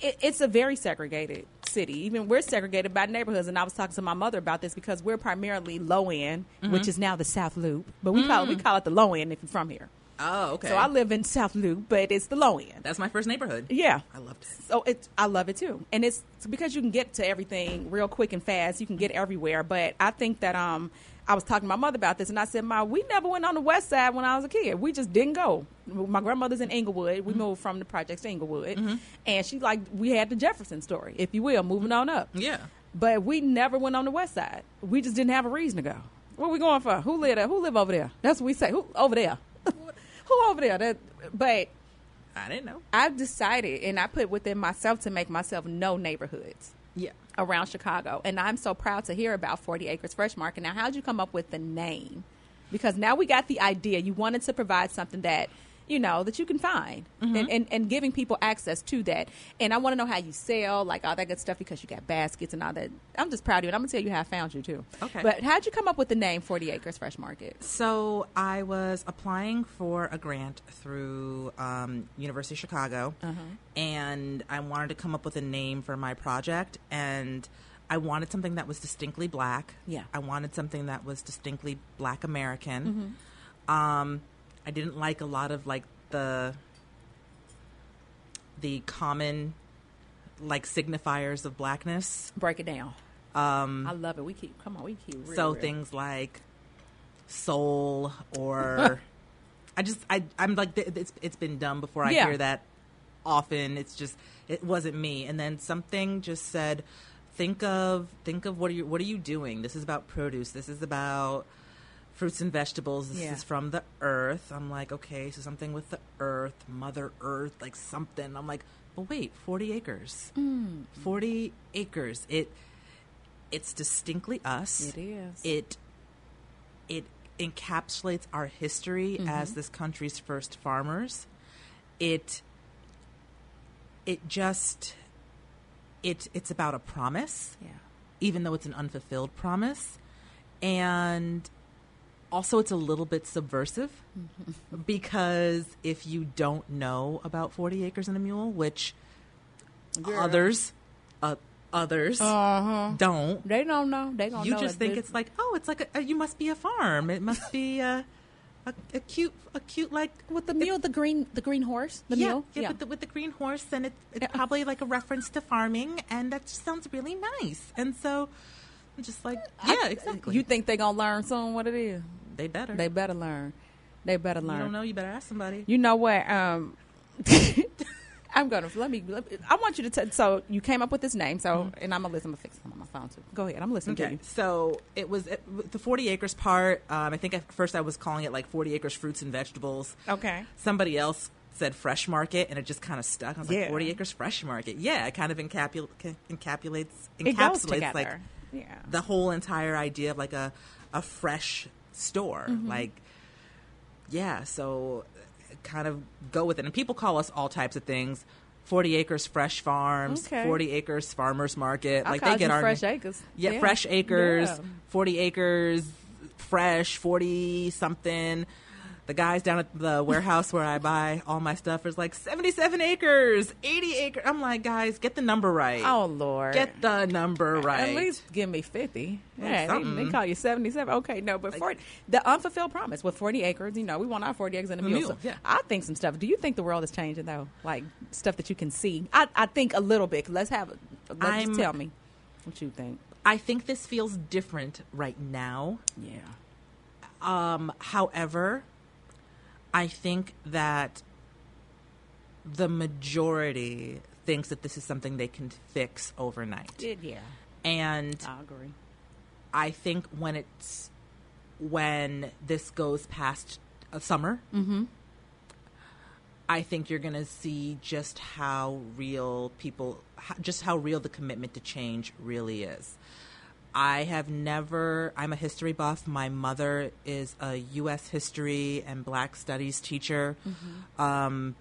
Speaker 1: it, it's a very segregated city. Even we're segregated by neighborhoods. And I was talking to my mother about this because we're primarily low end,
Speaker 2: Mm-hmm.
Speaker 1: which is now the South Loop, but we call it, we call it the low end if you're from here.
Speaker 2: oh, Mm. okay.
Speaker 1: So I live in South Loop, but it's the low end.
Speaker 2: That's my first neighborhood.
Speaker 1: Yeah.
Speaker 2: I loved it.
Speaker 1: So it, I love it too, and it's it's because you can get to everything real quick and fast. You can get everywhere, but I think that um, I was talking to my mother about this, and I said, "Ma, we never went on the West Side when I was a kid. We just didn't go. My grandmother's in Inglewood. We moved from the projects to Inglewood, and she like we had the Jefferson story, if you will, moving on up.
Speaker 2: Yeah.
Speaker 1: But we never went on the West Side. We just didn't have a reason to go. What we going for? Who live there? Who live over there? That's what we say. Who over there? Who over there? That, but
Speaker 2: I didn't know.
Speaker 1: I've decided and I put within myself to make myself know neighborhoods
Speaker 2: Yeah.
Speaker 1: around Chicago. And I'm so proud to hear about 40 Acres Fresh Market. Now, how'd you come up with the name? Because now we got the idea. You wanted to provide something that, you know, that you can find and, and, and giving people access to that. And I want to know how you sell, like all that good stuff, because you got baskets and all that. I'm just proud of you. And I'm going to tell you how I found you, too.
Speaker 2: Okay.
Speaker 1: But how'd you come up with the name 40 Acres Fresh Market?
Speaker 2: So I was applying for a grant through um, University of Chicago, and I wanted to come up with a name for my project, and I wanted something that was distinctly black.
Speaker 1: Yeah.
Speaker 2: I wanted something that was distinctly Black American. Um, I didn't like a lot of like the the common like signifiers of blackness.
Speaker 1: Break it down. Um, I love it. We keep, come on, we keep. Real,
Speaker 2: so
Speaker 1: real.
Speaker 2: things like soul or i just i i'm like th- it's it's been done before i
Speaker 1: Yeah.
Speaker 2: hear that often it's just it wasn't me and then something just said think of think of what are you what are you doing this is about produce this is about fruits and vegetables this
Speaker 1: Yeah.
Speaker 2: is from the earth i'm like okay so something with the earth mother earth like something i'm like but wait 40 acres
Speaker 1: Mm.
Speaker 2: 40 acres it it's distinctly us
Speaker 1: It is.
Speaker 2: it it encapsulates our history as this country's first farmers it it just it it's about a promise
Speaker 1: Yeah.
Speaker 2: even though it's an unfulfilled promise and also it's a little bit subversive because if you don't know about 40 acres and a mule which others uh, others don't
Speaker 1: They don't know. They don't
Speaker 2: you
Speaker 1: know.
Speaker 2: just
Speaker 1: that
Speaker 2: think
Speaker 1: they-
Speaker 2: it's like oh it's like a, a, you must be a farm it must be a, a, a cute a cute like
Speaker 1: with the mule, the green, the green horse, the
Speaker 2: yeah,
Speaker 1: mule.
Speaker 2: yeah, With, the, with the green horse and it, it's
Speaker 1: Yeah.
Speaker 2: probably like a reference to farming and that just sounds really nice and so i'm just like yeah exactly
Speaker 1: Uh, You think they gonna learn soon? What it is?
Speaker 2: they better
Speaker 1: They better learn. They better
Speaker 2: you don't
Speaker 1: learn.
Speaker 2: know you better ask somebody
Speaker 1: You know what? Um, I'm gonna let me, let me- I want you to. T- so you came up with this name. So and I'm gonna listen. I'm gonna fix it on my phone too. Go ahead. I'm listening to
Speaker 2: Mm-hmm. Okay,
Speaker 1: you.
Speaker 2: so it was it, the 40 acres part. Um, I think at first I was calling it like 40 acres fruits and vegetables.
Speaker 1: Okay.
Speaker 2: Somebody else said fresh market, and it just kind of stuck. I was
Speaker 1: Yeah.
Speaker 2: like 40 acres fresh market. Yeah, it kind of encapul- ca- encapsulates
Speaker 1: It goes
Speaker 2: encapsulates
Speaker 1: together.
Speaker 2: like
Speaker 1: yeah. Mm-hmm.
Speaker 2: the whole entire idea of like a a fresh store. Like yeah, so uh, kind of go with it. And people call us all types of things. Forty acres fresh farms,
Speaker 1: Okay.
Speaker 2: forty acres farmers market.
Speaker 1: I
Speaker 2: like
Speaker 1: call
Speaker 2: they get
Speaker 1: you
Speaker 2: our
Speaker 1: fresh acres.
Speaker 2: Yeah, fresh acres,
Speaker 1: Yeah.
Speaker 2: forty acres, fresh, forty something. The guys down at the warehouse where I buy all my stuff is like seventy-seven acres, eighty acres. I'm like, guys, get the number right.
Speaker 1: Oh Lord.
Speaker 2: get the number right.
Speaker 1: At least give me fifty.
Speaker 2: Like
Speaker 1: Yeah, they- they,
Speaker 2: something.
Speaker 1: call you seventy-seven. Okay, no, but forty. The unfulfilled promise with forty acres. You know, we want our forty acres in the
Speaker 2: A
Speaker 1: mule.
Speaker 2: mule,
Speaker 1: So
Speaker 2: yeah.
Speaker 1: I think some stuff. Do you think the world is changing though? Like stuff that you can see. I, I think a little bit. Let's have. Let's
Speaker 2: I'm-
Speaker 1: just tell me what you think.
Speaker 2: I think this feels different right now.
Speaker 1: Yeah.
Speaker 2: Um, however, I think that the majority thinks that this is something they can fix overnight.
Speaker 1: yeah.
Speaker 2: and
Speaker 1: I agree.
Speaker 2: I think when it's when this goes past uh, summer, I think you're going to see just how real people, ho- just how real the commitment to change really is. I have never, I'm a history buff. My mother is a U.S. history and black studies teacher. Um,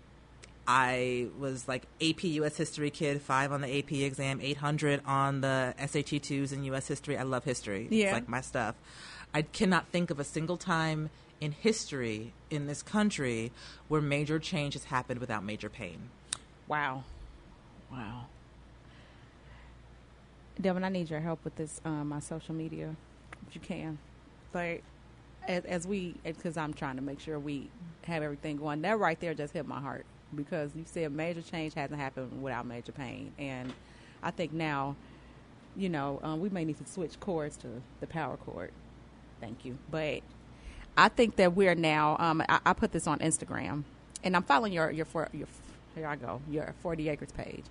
Speaker 2: I was like AP US history kid, five on the AP exam, 800 on the SAT 2s in US history. I love history.
Speaker 1: Yeah.
Speaker 2: It's like my stuff. I cannot think of a single time in history in this country where major change has happened without major pain.
Speaker 1: Wow. Wow. Devin, I need your help with this, um, my social media, if you can. But as, as we, because I'm trying to make sure we have everything going, that right there just hit my heart because you said major change hasn't happened without major pain. And I think now, you know, um, we may need to switch chords to the power chord. Thank you. But I think that we're now. Um, I, I put this on Instagram, and I'm following your your for your here I go your 40 acres page,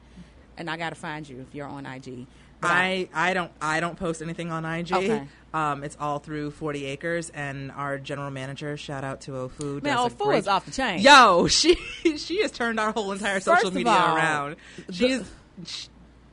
Speaker 1: and I gotta find you if you're on IG. But
Speaker 2: I, I don't I don't post anything on IG.
Speaker 1: Okay.
Speaker 2: Um, it's all through Forty Acres and our general manager. Shout out to
Speaker 1: man,
Speaker 2: Ofu. does a
Speaker 1: old oh, fool
Speaker 2: great-
Speaker 1: is off the chain.
Speaker 2: Yo, she she has turned our whole entire
Speaker 1: First
Speaker 2: social
Speaker 1: of
Speaker 2: media
Speaker 1: all,
Speaker 2: around. She's she,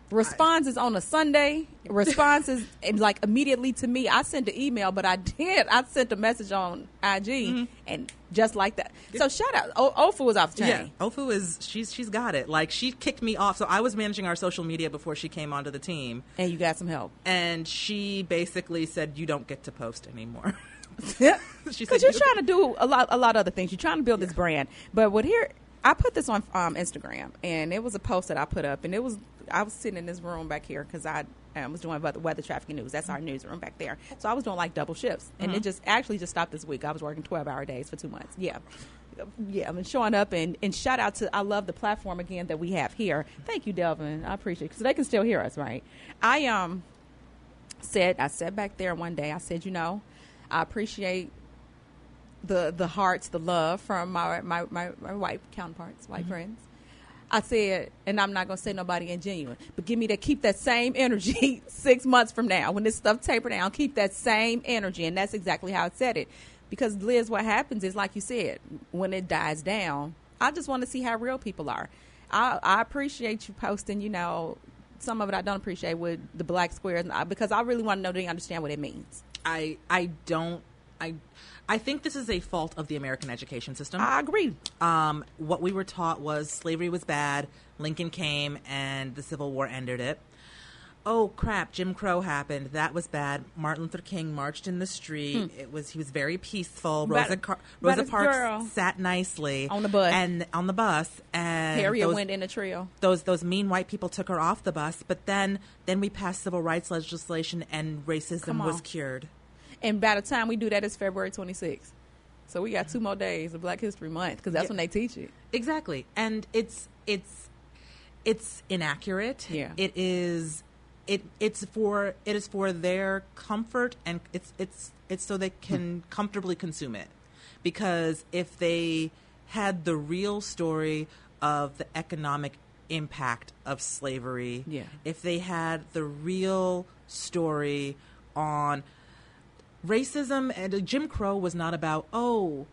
Speaker 1: responses on a Sunday. Responses and like immediately to me. I sent an email, but I did. I sent a message on IG,
Speaker 2: Mm-hmm.
Speaker 1: and just like that. So shout out. O- Ofu was off the chain.
Speaker 2: Yeah, Ofu is she's she's got it. Like she kicked me off. So I was managing our social media before she came onto the team,
Speaker 1: And you got some help.
Speaker 2: and she basically said, "You don't get to post anymore." She
Speaker 1: because
Speaker 2: said
Speaker 1: you're
Speaker 2: you-
Speaker 1: trying to do a lot, a lot of other things. You're trying to build this brand, but what here? I put this on um, Instagram, and it was a post that I put up, and it was I was sitting in this room back here because I um, was doing about the weather traffic news. That's our
Speaker 2: Mm-hmm.
Speaker 1: newsroom back there. So I was doing like double shifts, and it just actually just stopped this week. I was working twelve hour days for two months. Yeah. Yeah, I'm showing up and, and shout out to I love the platform again that we have here. Thank you, Delvin. I appreciate because they can still hear us, right? I um said I said back there one day I said you know I appreciate the the hearts, the love from my my, my, my white counterparts, white friends. I said, and I'm not gonna say nobody ingenuine, but give me that keep that same energy six months from now when this stuff taper down. Keep that same energy, and that's exactly how I said it. Because Liz, what happens is, like you said, when it dies down, I just want to see how real people are. I, I appreciate you posting, you know, some of it I don't appreciate with the black squares and I- because I really want to know do you understand what it means.
Speaker 2: I I don't I I think this is a fault of the American education system.
Speaker 1: I agree.
Speaker 2: um, what we were taught was slavery was bad. Lincoln came and the Civil War ended it. Oh crap! Jim Crow happened. That was bad. Martin Luther King marched in the street. It was he was very peaceful.
Speaker 1: About-
Speaker 2: Rosa Car-
Speaker 1: about
Speaker 2: Rosa
Speaker 1: Hmm. his
Speaker 2: Parks
Speaker 1: girl.
Speaker 2: sat nicely
Speaker 1: On the bus.
Speaker 2: and on the bus and
Speaker 1: Harriet
Speaker 2: those,
Speaker 1: went in a trio.
Speaker 2: those those mean white people took her off the bus. But then then we passed civil rights legislation
Speaker 1: Come
Speaker 2: and racism
Speaker 1: on.
Speaker 2: was cured.
Speaker 1: And by the time we do that, it's February 26th. So we got two more days of Black History Month because that's
Speaker 2: Yeah.
Speaker 1: when they teach it.
Speaker 2: Exactly. And it's it's it's inaccurate.
Speaker 1: Yeah.
Speaker 2: It is it it's for it is for their comfort and it's it's it's so they
Speaker 1: Hmm.
Speaker 2: can comfortably consume it. Because if they had the real story of the economic impact of slavery,
Speaker 1: Yeah.
Speaker 2: if they had the real story on racism and uh, Jim Crow was not about oh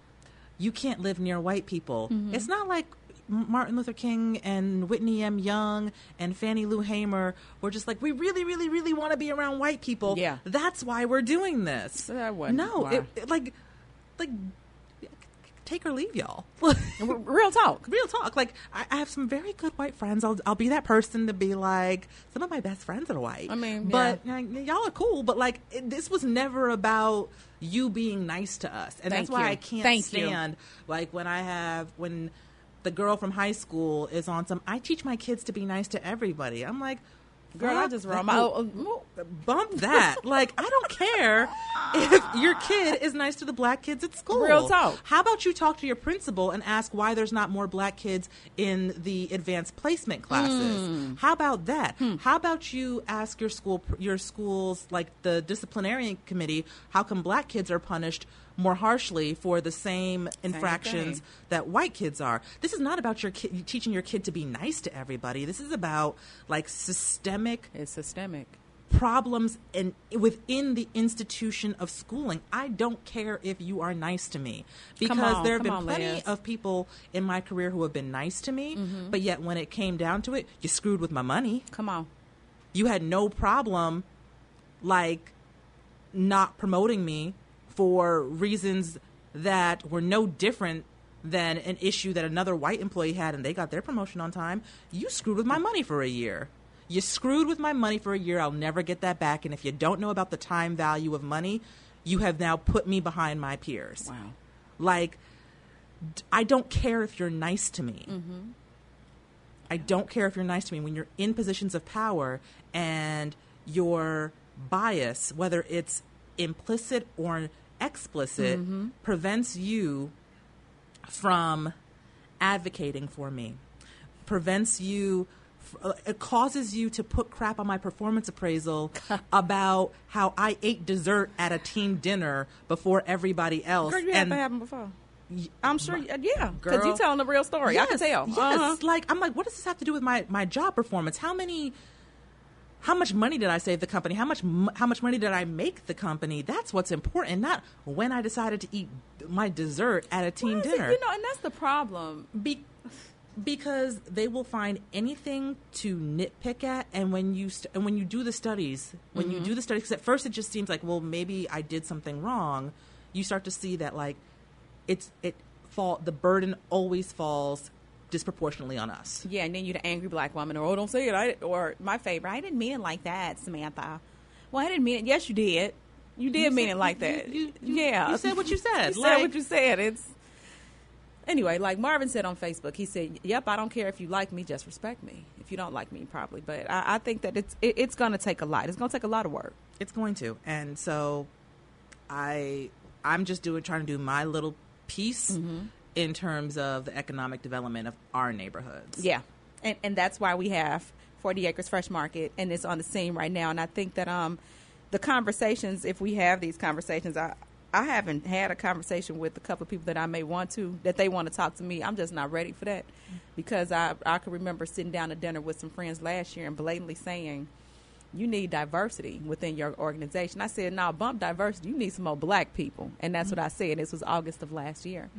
Speaker 2: you can't live near white people. It's not like M- Martin Luther King and Whitney M. Young and Fannie Lou Hamer were just like we really really really want to be around white people.
Speaker 1: Yeah.
Speaker 2: that's why we're doing this.
Speaker 1: That wasn't
Speaker 2: no,
Speaker 1: why.
Speaker 2: it, it- like like take or leave y'all.
Speaker 1: R- Real talk.
Speaker 2: Real talk. Like I, I have some very good white friends. I'll I'll be that person to be like some of my best friends are white.
Speaker 1: I mean,
Speaker 2: but like, y'all are cool. But like it, this was never about you being nice to us, and
Speaker 1: Thank
Speaker 2: that's why
Speaker 1: you.
Speaker 2: I can't
Speaker 1: Thank you.
Speaker 2: stand like when I have when the girl from high school is on some. I teach my kids to be nice to everybody. I'm like.
Speaker 1: Girl, I
Speaker 2: fuck
Speaker 1: just
Speaker 2: that.
Speaker 1: roll my. oh, oh, oh.
Speaker 2: bump that. like, I don't care if your kid is nice to the black kids at school.
Speaker 1: Real talk.
Speaker 2: How about you talk to your principal and ask why there's not more black kids in the advanced placement classes?
Speaker 1: Hmm.
Speaker 2: How about that? How about you ask your school, your school's like the disciplinarian committee, how come black kids are punished? More harshly for the same infractions
Speaker 1: thing.
Speaker 2: that white kids are. This is not about your kid teaching your kid to be nice to everybody. This is about like systemic
Speaker 1: It's systemic.
Speaker 2: problems and within the institution of schooling. I don't care if you are nice to me because
Speaker 1: on,
Speaker 2: there have
Speaker 1: come
Speaker 2: been
Speaker 1: on,
Speaker 2: plenty
Speaker 1: Liz. Mm-hmm.
Speaker 2: of people in my career who have been nice to me, but yet when it came down to it, you screwed with my money.
Speaker 1: Come on.
Speaker 2: You had no problem like not promoting me for reasons that were no different than an issue that another white employee had and they got their promotion on time. You screwed with my money for a year. You screwed with my money for a year. I'll never get that back. And if you don't know about the time value of money, you have now put me behind my peers.
Speaker 1: Wow.
Speaker 2: Like, d- I don't care if you're nice to me. I don't care if you're nice to me. When you're in positions of power and your bias, whether it's implicit or explicit, prevents you from advocating for me, prevents you, f- uh, it causes you to put crap on my performance appraisal about how I ate dessert at a team dinner before everybody else.
Speaker 1: Girl, you had
Speaker 2: and
Speaker 1: that happen before. I'm sure. Yeah, because
Speaker 2: Girl.
Speaker 1: you telling the real story. I can tell.
Speaker 2: Yes.
Speaker 1: Uh-huh.
Speaker 2: Like I'm like, what does this have to do with my my job performance? How many? How much money did I save the company? How much m- how much money did I make the company? That's what's important, not when I decided to eat my dessert at a team
Speaker 1: Why is it-
Speaker 2: dinner.
Speaker 1: You know, and that's the problem.
Speaker 2: Be- because they will find anything to nitpick at, and when you st- and when you do the studies, when
Speaker 1: Mm-hmm.
Speaker 2: you do the studies, 'cause at first it just seems like, well, maybe I did something wrong. You start to see that like it's it fall the burden always falls disproportionately on us.
Speaker 1: Yeah, and then you're the angry black woman, or oh, don't say it. I didn't- or my favorite, I didn't mean it like that, Samantha. Well, I didn't mean it. Yes, you did. You did mean
Speaker 2: said-
Speaker 1: it like
Speaker 2: you-
Speaker 1: that.
Speaker 2: you- you-
Speaker 1: yeah,
Speaker 2: you said what you said.
Speaker 1: Uh, you said
Speaker 2: Like-
Speaker 1: what you said. It's anyway, like Marvin said on Facebook. He said, "Yep, I don't care if you like me, just respect me. If you don't like me, probably." But I, I think that it's it, it's going to take a lot. It's going to take a lot of work.
Speaker 2: It's going to. And so I I'm just doing trying to do my little piece
Speaker 1: Mm-hmm.
Speaker 2: in terms of the economic development of our neighborhoods.
Speaker 1: Yeah, and and that's why we have Forty Acres Fresh Market, and it's on the scene right now. And I think that um, the conversations, if we have these conversations, I I haven't had a conversation with a couple of people that I may want to that they want to talk to me. I'm just not ready for that because I I can remember sitting down to dinner with some friends last year and blatantly saying. You need diversity within your organization. I said, "No, bump diversity. You need some more black people," and that's what I
Speaker 2: Mm-hmm.
Speaker 1: said. This was August of last year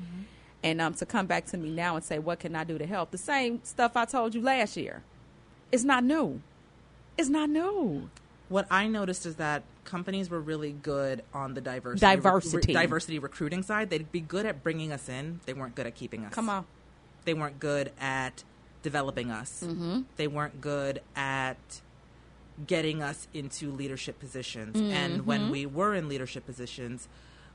Speaker 1: and um, to come back to me now and say, what can I do to help? The same stuff I told you last year. It's not new. It's not new.
Speaker 2: What I noticed is that companies were really good on the diversity
Speaker 1: Diversity.
Speaker 2: diversity recruiting side. They'd be good at bringing us in. They weren't good at keeping us.
Speaker 1: Come on.
Speaker 2: They weren't good at developing us.
Speaker 1: Mm-hmm.
Speaker 2: They weren't good at getting us into leadership positions. And
Speaker 1: Mm-hmm.
Speaker 2: when we were in leadership positions,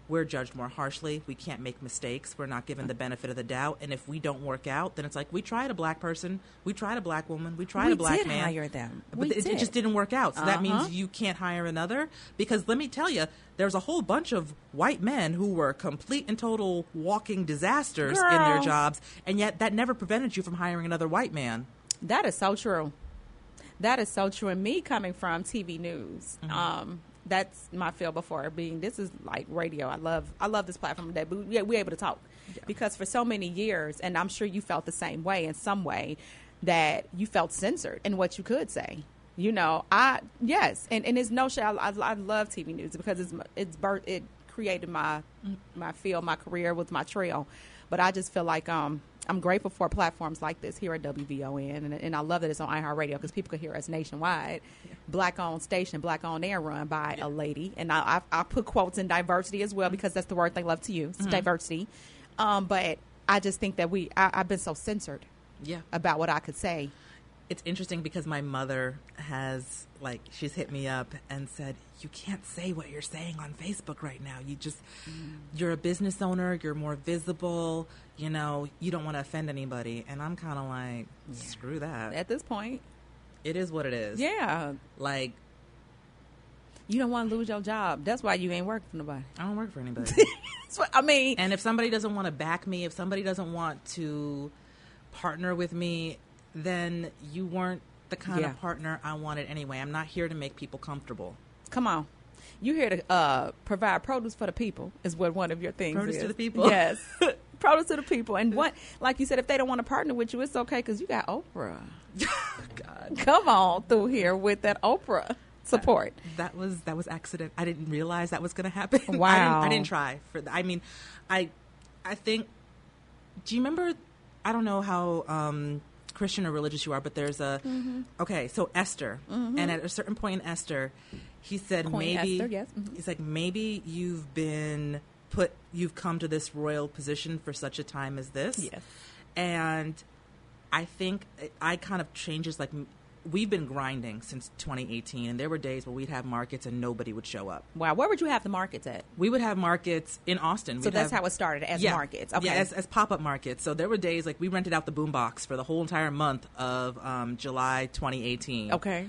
Speaker 2: we're judged more harshly. We can't make mistakes. We're not given the benefit of the doubt. And if we don't work out, then it's like we tried a black person, we tried a black woman, we tried
Speaker 1: We
Speaker 2: a black
Speaker 1: did
Speaker 2: man.
Speaker 1: hire them.
Speaker 2: But
Speaker 1: We
Speaker 2: it, it
Speaker 1: did.
Speaker 2: just didn't work out. So that
Speaker 1: Uh-huh.
Speaker 2: means you can't hire another. Because let me tell you, there's a whole bunch of white men who were complete and total walking disasters in their
Speaker 1: Girl.
Speaker 2: jobs. And yet that never prevented you from hiring another white man.
Speaker 1: That is so true. That is so true. And me coming from TV news, um, that's my field before being. This is like radio. I love. I love this platform that we, yeah, we're able to talk because for so many years, and I'm sure you felt the same way in some way that you felt censored in what you could say. You know, I yes, and and it's no shade. I, I, I love TV news because it's my- it's birth. It created my my field, my career with my trail. But I just feel like um, I'm grateful for platforms like this here at WVON, and, and I love that it's on iHeartRadio because people can hear us nationwide. Black owned station, black owned air, run by Mm-hmm. a lady, and I, I I put quotes in diversity as well because that's the word they love to use, diversity. Um, but I just think that we, I, I've been so censored
Speaker 2: Yeah.
Speaker 1: about what I could say.
Speaker 2: It's interesting because my mother has like she's hit me up and said, "You can't say what you're saying on Facebook right now. You just
Speaker 1: Mm.
Speaker 2: you're a business owner, you're more visible, you know, you don't want to offend anybody." And I'm kind of like, "Screw that.
Speaker 1: At this point,
Speaker 2: It is what it is."
Speaker 1: yeah,
Speaker 2: Like
Speaker 1: you don't want to lose your job. That's why you ain't working for nobody.
Speaker 2: I don't work for anybody.
Speaker 1: That's what I mean.
Speaker 2: and if somebody doesn't want to back me, if somebody doesn't want to partner with me, then you weren't the kind
Speaker 1: Yeah.
Speaker 2: of partner I wanted anyway. I'm not here to make people comfortable.
Speaker 1: Come on. You here to uh, provide produce for the people is what one of your things
Speaker 2: Produce
Speaker 1: is.
Speaker 2: to the people.
Speaker 1: Yes. produce to the people. And what, like you said, if they don't want to partner with you, it's okay because you got Oprah. God. Come on through here with that Oprah support.
Speaker 2: That was that was accident. I didn't realize that was going to happen. I didn't- I
Speaker 1: Wow.
Speaker 2: didn't, try for. th- I mean, I I think. Do you remember? I don't know how um, Christian or religious you are, but there's a
Speaker 1: Mm-hmm.
Speaker 2: okay. So Esther, and at a certain point in Esther, he said
Speaker 1: Queen
Speaker 2: maybe
Speaker 1: Mm-hmm. Esther, yes. Mhm.
Speaker 2: he's like maybe you've been put you've come to this royal position for such a time as this.
Speaker 1: Yes.
Speaker 2: and I think it- I kind of changes like m- we've been grinding since 2018, and there were days where we'd have markets and nobody would show up.
Speaker 1: Wow. Where would you have the markets at?
Speaker 2: We would have markets in Austin.
Speaker 1: So
Speaker 2: We'd
Speaker 1: that's
Speaker 2: have-
Speaker 1: how it started as markets. Okay.
Speaker 2: Yeah, as, as pop up markets. So there were days like we rented out the boombox for the whole entire month of um, July 2018.
Speaker 1: okay.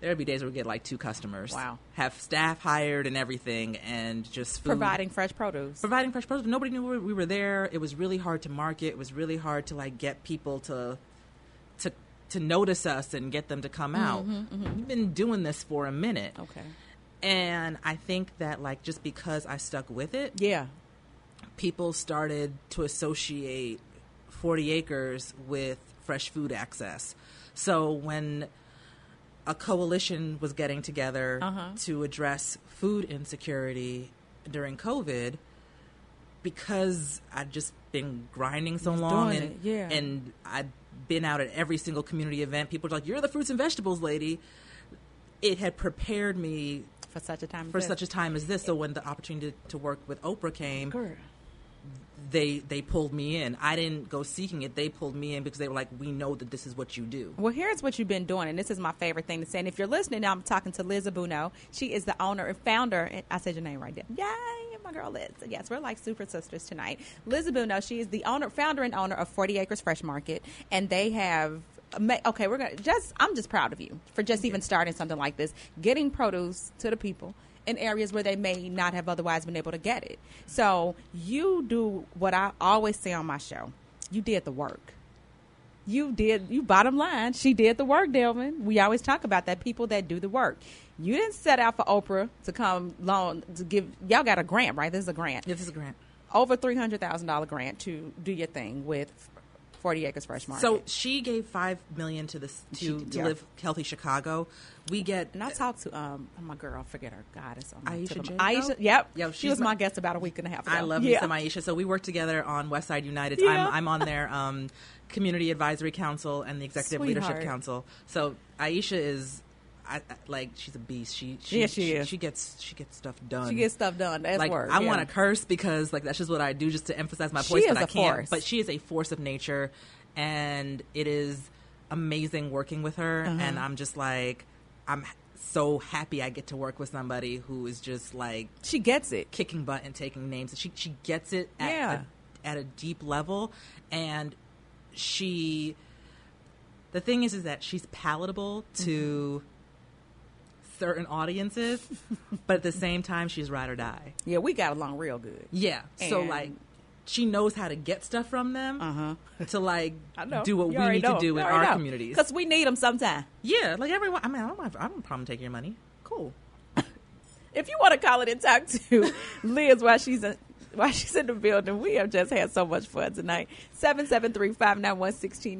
Speaker 2: There would be days where we'd get like two customers.
Speaker 1: Wow.
Speaker 2: Have staff hired and everything and just food
Speaker 1: Providing fresh produce.
Speaker 2: providing fresh produce. but Nobody knew we- we were there. It was really hard to market. It was really hard to like get people to to to notice us and get them to come out. We've been doing this for a minute,
Speaker 1: okay.
Speaker 2: and I think that like just because I stuck with it,
Speaker 1: Yeah.
Speaker 2: people started to associate 40 acres with fresh food access. So when a coalition was getting together
Speaker 1: Uh-huh.
Speaker 2: to address food insecurity during COVID, because I'd just been grinding so long
Speaker 1: doing
Speaker 2: and
Speaker 1: it, yeah.
Speaker 2: and I'd been out at every single community event, people were like, You're the fruits and vegetables lady. It had prepared me
Speaker 1: For such a time. as
Speaker 2: for
Speaker 1: this.
Speaker 2: such a time as this. So when the opportunity to work with Oprah came,
Speaker 1: Girl.
Speaker 2: they they pulled me in. I didn't go seeking it. They pulled me in because they were like, "We know that this is what you do."
Speaker 1: Well, here's what you've been doing, and this is my favorite thing to say. And if you're listening, now I'm talking to Liz Abuno. She is the owner and founder. And I said your name right there. Yay, my girl Liz. Yes, we're like super sisters tonight. Liz Abuno, she is the owner, founder, and owner of 40 Acres Fresh Market, and they have. ama- Okay, we're gonna just. I'm just proud of you for just even starting something like this, getting produce to the people in areas where they may not have otherwise been able to get it. So you do what I always say on my show. You did the work you did you bottom line she did the work delvin we always talk about that people that do the work you didn't set out for oprah to come loan to give y'all got a grant right this is a grant
Speaker 2: This is a grant.
Speaker 1: over $300000 grant to do your thing with 40 acres fresh market
Speaker 2: So she gave five million to this to,
Speaker 1: She did,
Speaker 2: to
Speaker 1: yeah.
Speaker 2: live healthy Chicago. We get
Speaker 1: and I talked to um my girl, forget her, God, it's on my
Speaker 2: Aisha
Speaker 1: tip of
Speaker 2: Jacob?
Speaker 1: my- Aisha, yep,
Speaker 2: Yo,
Speaker 1: she
Speaker 2: she's
Speaker 1: was my,
Speaker 2: my-
Speaker 1: guest about a week and a half ago.
Speaker 2: I love
Speaker 1: yeah.
Speaker 2: yeah. Lisa Maisha. So we work together on Westside United.
Speaker 1: Yeah.
Speaker 2: I'm, I'm on their um, community advisory council and the executive
Speaker 1: Sweetheart.
Speaker 2: leadership council. So Aisha is I, I- like she's a beast. She, she
Speaker 1: Yeah, she is.
Speaker 2: She gets she gets stuff done.
Speaker 1: She gets stuff done. That's
Speaker 2: like
Speaker 1: work.
Speaker 2: I
Speaker 1: yeah.
Speaker 2: want to curse because like that's just what I do, just to emphasize my
Speaker 1: She
Speaker 2: voice.
Speaker 1: is
Speaker 2: But I
Speaker 1: a
Speaker 2: can't.
Speaker 1: force.
Speaker 2: But she is a force of nature, and it is amazing working with her.
Speaker 1: Uh-huh.
Speaker 2: And I'm just like, I'm h- so happy I get to work with somebody who is just like
Speaker 1: She gets it.
Speaker 2: kicking butt and taking names. She she gets it at
Speaker 1: Yeah.
Speaker 2: a, at a deep level, and she. The thing is, is that she's palatable to
Speaker 1: Mm-hmm.
Speaker 2: certain audiences, but at the same time, she's ride or die.
Speaker 1: Yeah, we got along real good.
Speaker 2: Yeah. so
Speaker 1: And-
Speaker 2: like she knows how to get stuff from them
Speaker 1: Uh-huh.
Speaker 2: to like do what we need to do in our communities.
Speaker 1: because we need them sometime.
Speaker 2: Yeah, like everyone. I mean, I don't have, I don't have a problem taking your money. Cool.
Speaker 1: if you want to call it and talk to Liz while she's in, while she's in the building, we have just had so much fun tonight. 773-591-1690,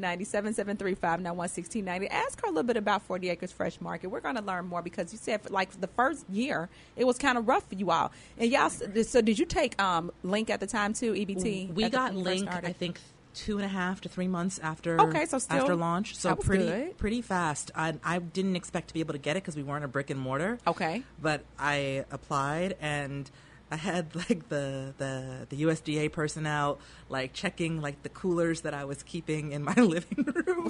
Speaker 1: 773-591-1690. Ask her a little bit about 40 Acres Fresh Market. We're going to learn more because you said, like, the first year, it was kind of rough for you all. And y'all, so did you take um, Link at the time, too, EBT?
Speaker 2: We
Speaker 1: at the-
Speaker 2: got
Speaker 1: when you first
Speaker 2: Link,
Speaker 1: started?
Speaker 2: I think, two and a half to three months after.
Speaker 1: Okay, so still-
Speaker 2: after launch, so
Speaker 1: that was
Speaker 2: pretty
Speaker 1: good.
Speaker 2: pretty fast. I I didn't expect to be able to get it because we weren't a brick and mortar.
Speaker 1: Okay.
Speaker 2: but I applied and I had like the, the the USDA person out, like checking like the coolers that I was keeping in my living room.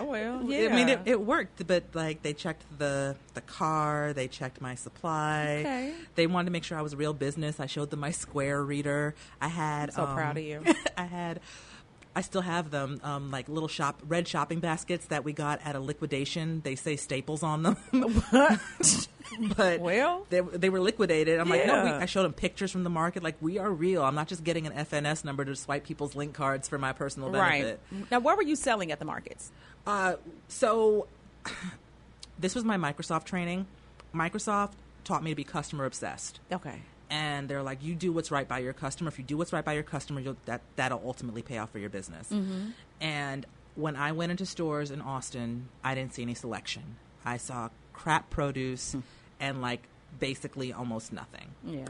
Speaker 6: Oh, well.
Speaker 2: I mean, it,
Speaker 6: yeah.
Speaker 2: it worked, but like they checked the the car, they checked my supply.
Speaker 6: Okay.
Speaker 2: They wanted to make sure I was a real business. I showed them my Square reader. I had
Speaker 1: so
Speaker 2: um,
Speaker 1: proud of you.
Speaker 2: I had. I still have them, um, like little shop red shopping baskets that we got at a liquidation. They say Staples on them, but
Speaker 6: Well.
Speaker 2: they, they were liquidated. I'm like, no, we,
Speaker 6: Yeah.
Speaker 2: I showed them pictures from the market. Like we are real. I'm not just getting an FNS number to swipe people's link cards for my personal benefit.
Speaker 1: Right. Now, what were you selling at the markets?
Speaker 2: Uh, so this was my Microsoft training. Microsoft taught me to be customer obsessed.
Speaker 1: Okay.
Speaker 2: And they're like, you do what's right by your customer. If you do what's right by your customer, you'll, that that'll ultimately pay off for your business. And when I went into stores in Austin, I didn't see any selection. I saw crap produce and like basically almost nothing.
Speaker 1: Yeah.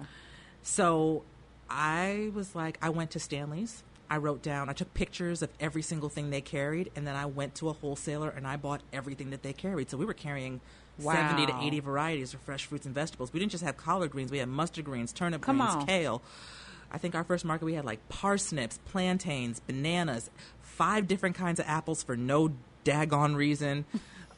Speaker 2: So I was like, I went to Stanley's. I wrote down, I took pictures of every single thing they carried, and then I went to a wholesaler and I bought everything that they carried. So we were carrying 70 to
Speaker 1: Wow.
Speaker 2: 80 varieties of fresh fruits and vegetables. We didn't just have collard greens, we had mustard greens, turnip
Speaker 1: Come
Speaker 2: greens,
Speaker 1: on.
Speaker 2: kale. I think our first market we had like parsnips, plantains, bananas, five different kinds of apples for no daggone reason.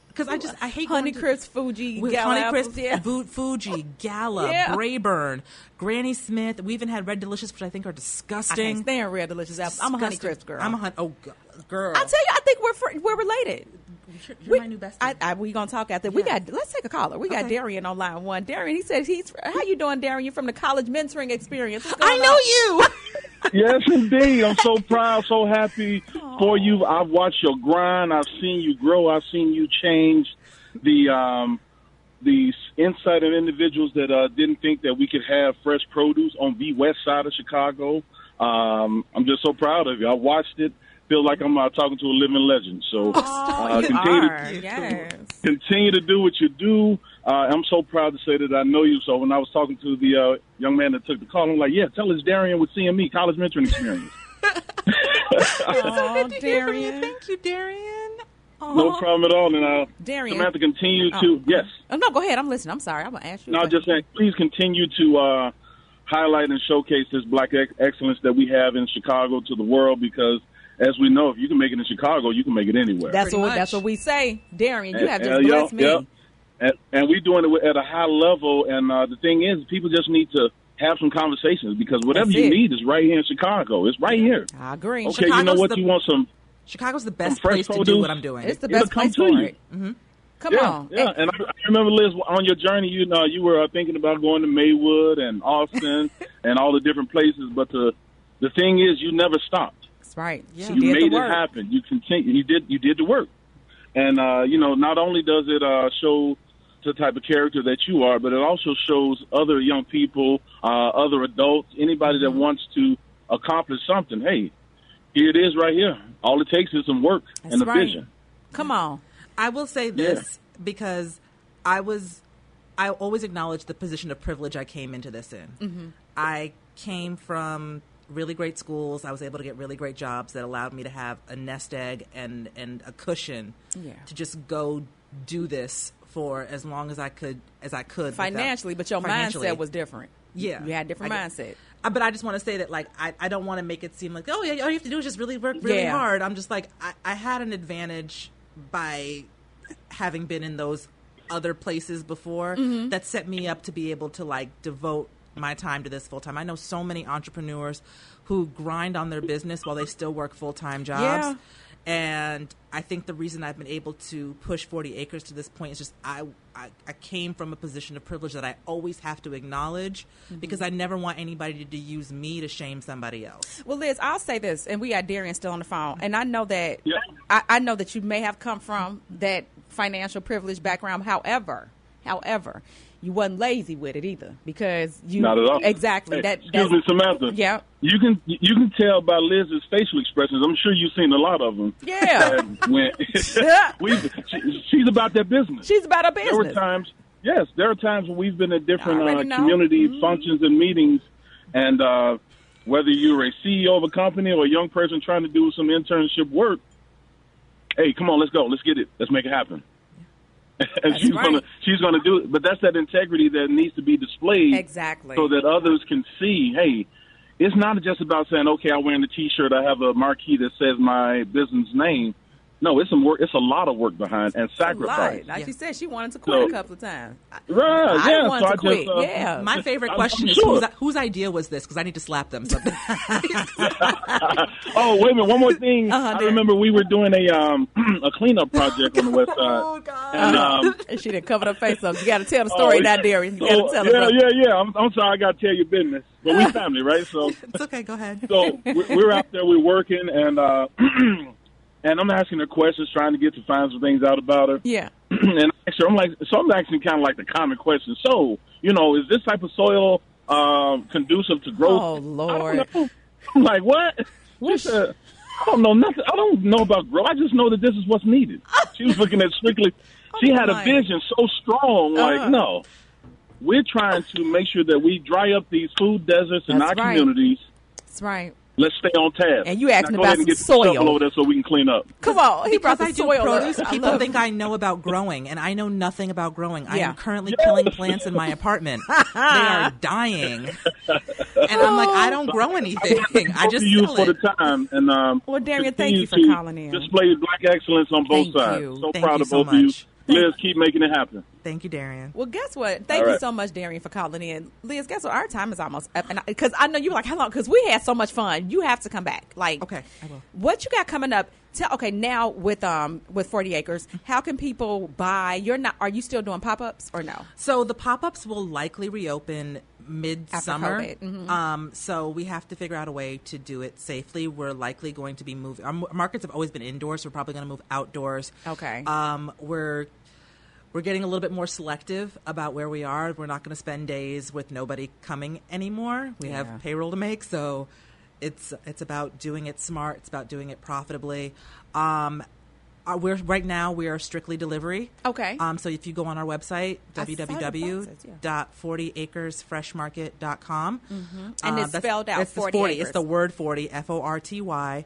Speaker 2: Because I just, I hate going to-
Speaker 6: Honeycrisp, Fuji,
Speaker 2: with
Speaker 6: Gala
Speaker 2: Honeycrisp,
Speaker 6: apples, yeah.
Speaker 2: Boot Fuji, Gala,
Speaker 6: Yeah.
Speaker 2: Brayburn, Granny Smith. We even had Red Delicious, which I think are
Speaker 1: I can't
Speaker 2: disgusting.
Speaker 1: stand Red Delicious apples. I'm a Honey
Speaker 2: Disgusting.
Speaker 1: Crisp girl.
Speaker 2: I'm a hun- oh g- girl.
Speaker 1: I tell you, I think we're fr- we're related.
Speaker 2: you're,
Speaker 1: we,
Speaker 2: my new bestie.
Speaker 1: I, I, we gonna talk after. We
Speaker 2: Yeah.
Speaker 1: got. Let's take a caller. We got
Speaker 2: Okay.
Speaker 1: Darian on line one. Darian, he says he's. How you doing, Darian? You from the college mentoring experience? What's
Speaker 2: I
Speaker 1: going
Speaker 2: know
Speaker 1: on?
Speaker 2: you.
Speaker 7: Yes, indeed. I'm so proud, so happy for you. I've watched your grind. I've seen you grow. I've seen you change the um, the s- insight of individuals that uh, didn't think that we could have fresh produce on the west side of Chicago. Um, I'm just so proud of you. I watched it. Feel like I'm uh, talking to a living legend. So uh,
Speaker 1: you
Speaker 7: continue to
Speaker 1: are.
Speaker 2: You too.
Speaker 1: Yes.
Speaker 7: continue to do what you do. Uh, I'm so proud to say that I know you. So when I was talking to the uh, young man that took the call, I'm like, yeah, tell us Darian with CME, college mentoring experience.
Speaker 6: Aw, Darian.
Speaker 2: Thank you, Darian.
Speaker 7: no problem at all. And uh,
Speaker 1: Uh-huh. Darian.
Speaker 7: Samantha, continue
Speaker 1: Oh.
Speaker 7: to, yes.
Speaker 1: Oh, no, go ahead. I'm listening. I'm sorry. I'm gonna ask you.
Speaker 7: No,
Speaker 1: a
Speaker 7: just
Speaker 1: question.
Speaker 7: saying, please continue to uh, highlight and showcase this black ex- excellence that we have in Chicago to the world because, as we know, if you can make it in Chicago, you can make it anywhere.
Speaker 1: That's
Speaker 2: Pretty
Speaker 1: what
Speaker 2: much.
Speaker 1: that's what we say, Darian. You have just
Speaker 7: Uh, yeah,
Speaker 1: blessed me.
Speaker 7: yeah. And, and we're doing it at a high level. And uh, the thing is, people just need to have some conversations because whatever
Speaker 1: That's
Speaker 7: you
Speaker 1: it.
Speaker 7: need is right here in Chicago. It's right here.
Speaker 1: I agree.
Speaker 7: Okay, you know
Speaker 2: Chicago's
Speaker 7: what?
Speaker 2: the-
Speaker 7: you want some?
Speaker 2: Chicago's the best
Speaker 7: fresh
Speaker 2: place to do
Speaker 7: produce.
Speaker 2: what I'm doing.
Speaker 1: It's the
Speaker 7: It'll
Speaker 1: best
Speaker 7: come
Speaker 1: place
Speaker 7: to
Speaker 1: for
Speaker 7: you.
Speaker 1: it. Mm-hmm. Come
Speaker 7: Yeah,
Speaker 1: on.
Speaker 7: yeah. And I, I remember Liz on your journey. You know, you were uh, thinking about going to Maywood and Austin and all the different places. But the the thing is, you never stopped.
Speaker 1: That's right. She
Speaker 7: you
Speaker 1: did
Speaker 7: made
Speaker 1: the work.
Speaker 7: it happen. You continue. You did. You did the work. And uh, you know, not only does it uh, show the type of character that you are, but it also shows other young people, uh, other adults, anybody
Speaker 1: Mm-hmm.
Speaker 7: that wants to accomplish something. Hey, here it is, right here. All it takes is some work and a
Speaker 1: right.
Speaker 7: vision.
Speaker 1: Come on.
Speaker 2: I will say this because I was, I always acknowledge the position of privilege I came into this in.
Speaker 1: Mm-hmm.
Speaker 2: I came from really great schools. I was able to get really great jobs that allowed me to have a nest egg and and a cushion
Speaker 1: Yeah.
Speaker 2: to just go do this for as long as I could as I could without-
Speaker 1: Financially, but your
Speaker 2: financially.
Speaker 1: mindset was different.
Speaker 2: Yeah.
Speaker 1: You had a different
Speaker 2: I get-
Speaker 1: mindset.
Speaker 2: Uh, But I just want to say that, like, I, I don't want to make it seem like, oh, yeah, all you have to do is just really work really
Speaker 1: Yeah.
Speaker 2: hard. I'm just like, I, I had an advantage by having been in those other places before that set me up to be able to, like, devote my time to this full time. I know so many entrepreneurs who grind on their business while they still work full time jobs.
Speaker 1: Yeah.
Speaker 2: And I think the reason I've been able to push 40 acres to this point is just I, I, I came from a position of privilege that I always have to acknowledge because I never want anybody to, to use me to shame somebody else.
Speaker 1: Well, Liz, I'll say this, and we got Darian still on the phone, and I know that
Speaker 7: Yeah.
Speaker 1: I, I know that you may have come from that financial privilege background. However, however, you wasn't lazy with it either, because you
Speaker 7: Not at all.
Speaker 1: exactly
Speaker 7: Hey,
Speaker 1: that.
Speaker 7: Excuse me, Samantha.
Speaker 1: Yeah.
Speaker 7: You can you can tell by Liz's facial expressions. I'm sure you've seen a lot of them.
Speaker 1: Yeah.
Speaker 7: That when we, she, she's about that business.
Speaker 1: She's about her
Speaker 7: there were
Speaker 1: business.
Speaker 7: times. Yes, there are times when we've been at different
Speaker 1: I
Speaker 7: uh,
Speaker 1: already know. Mm-hmm.
Speaker 7: community functions and meetings, and uh, whether you're a CEO of a company or a young person trying to do some internship work, hey, come on, let's go, let's get it, let's make it happen. and she's
Speaker 1: right.
Speaker 7: gonna she's gonna do it. But that's that integrity that needs to be displayed
Speaker 1: Exactly.
Speaker 7: so that others can see, hey, it's not just about saying, okay, I'm wearing a T-shirt, I have a marquee that says my business name. No, it's some work. It's a lot of work behind and sacrifice.
Speaker 1: Like
Speaker 2: Yeah.
Speaker 1: she said, she wanted to quit
Speaker 7: So-
Speaker 1: a couple of times. I,
Speaker 7: Right?
Speaker 1: I
Speaker 7: yeah.
Speaker 1: wanted
Speaker 7: so
Speaker 1: to
Speaker 7: I
Speaker 1: quit.
Speaker 7: Just, uh,
Speaker 1: yeah.
Speaker 2: My favorite
Speaker 7: I'm-
Speaker 2: question
Speaker 7: I'm
Speaker 2: is
Speaker 7: sure.
Speaker 2: whose, whose idea was this? Because I need to slap them. sometime.
Speaker 7: Oh, wait a minute. One more thing.
Speaker 1: Uh-huh,
Speaker 7: I
Speaker 1: Derek.
Speaker 7: remember we were doing a um a cleanup project on the west side.
Speaker 2: oh God!
Speaker 7: And, um,
Speaker 1: and she didn't cover her face up. You got to tell the story
Speaker 7: Oh,
Speaker 1: now, Darius. You
Speaker 7: so-
Speaker 1: got to tell
Speaker 7: yeah,
Speaker 1: her.
Speaker 7: yeah, yeah. I'm, I'm sorry, I got to tell your business, but we family, right? So,
Speaker 2: it's okay. Go ahead.
Speaker 7: so we- we're out there, we're working, and uh, and I'm asking her questions, trying to get to find some things out about her.
Speaker 1: yeah.
Speaker 7: and I asked her, I'm like, so I'm asking kind of like the common question. So, you know, is this type of soil um, conducive to growth?
Speaker 1: Oh,
Speaker 7: I
Speaker 1: Lord.
Speaker 7: don't know. I'm like, what? She said, I don't know nothing. I don't know about growth. I just know that this is what's needed. She was looking at strictly. She had a
Speaker 1: Oh my.
Speaker 7: vision so strong.
Speaker 1: Uh-huh.
Speaker 7: Like, no, we're trying to make sure that we dry up these food deserts in
Speaker 1: That's
Speaker 7: our
Speaker 1: right.
Speaker 7: communities.
Speaker 1: That's right
Speaker 7: Let's stay on task.
Speaker 1: And you asking
Speaker 7: now, go ahead
Speaker 1: about
Speaker 7: and get
Speaker 1: some
Speaker 7: the shovel
Speaker 1: soil.
Speaker 7: over there so we can clean up.
Speaker 1: Come on. He brought
Speaker 2: Because
Speaker 1: the
Speaker 2: I do
Speaker 1: soil up.
Speaker 2: produce,
Speaker 1: I
Speaker 2: people
Speaker 1: love
Speaker 2: think I know about growing, and I know nothing about growing. I
Speaker 1: Yeah.
Speaker 2: am currently killing plants in my apartment. they are dying, and I'm like, I don't grow anything. I just
Speaker 7: to you
Speaker 2: sell
Speaker 7: for
Speaker 2: it.
Speaker 7: the time. And um,
Speaker 1: Well, Darian, thank
Speaker 7: continue
Speaker 1: you for
Speaker 7: to
Speaker 1: calling in.
Speaker 7: Display black excellence on both
Speaker 1: Thank
Speaker 7: sides.
Speaker 1: you.
Speaker 7: So
Speaker 2: Thank
Speaker 7: proud
Speaker 2: you
Speaker 7: of
Speaker 2: so
Speaker 7: both of you.
Speaker 2: much.
Speaker 7: Liz, keep making it happen.
Speaker 2: Thank you, Darian.
Speaker 1: Well, guess what? Thank
Speaker 7: All
Speaker 1: you
Speaker 7: right.
Speaker 1: so much, Darian, for calling in. Liz, guess what? Our time is almost up, and because I, know you were like, how long? Because we had so much fun. You have to come back. Like,
Speaker 2: Okay, I will.
Speaker 1: What you got coming up? Tell okay now with um with Forty Acres, how can people buy? You're not. Are you still doing pop ups or no?
Speaker 2: So the pop-ups will likely reopen mid-summer.
Speaker 1: COVID, mhm.
Speaker 2: Um, so we have to figure out a way to do it safely. We're likely going to be moving. Our m- markets have always been indoors. So we're probably going to move outdoors.
Speaker 1: Okay.
Speaker 2: Um, we're we're getting a little bit more selective about where we are. We're not going to spend days with nobody coming anymore. We
Speaker 1: Yeah.
Speaker 2: have payroll to make, so it's it's about doing it smart. It's about doing it profitably. Um, uh, we're right now we are strictly delivery.
Speaker 1: Okay.
Speaker 2: Um, so if you go on our website
Speaker 1: I saw the boxes, yeah.
Speaker 2: www.40acresfreshmarket.com,
Speaker 1: Mm-hmm. And it's
Speaker 2: Um, that's-
Speaker 1: spelled out,
Speaker 2: it's the
Speaker 1: 40
Speaker 2: It's
Speaker 1: acres.
Speaker 2: the word forty, F O R T Y.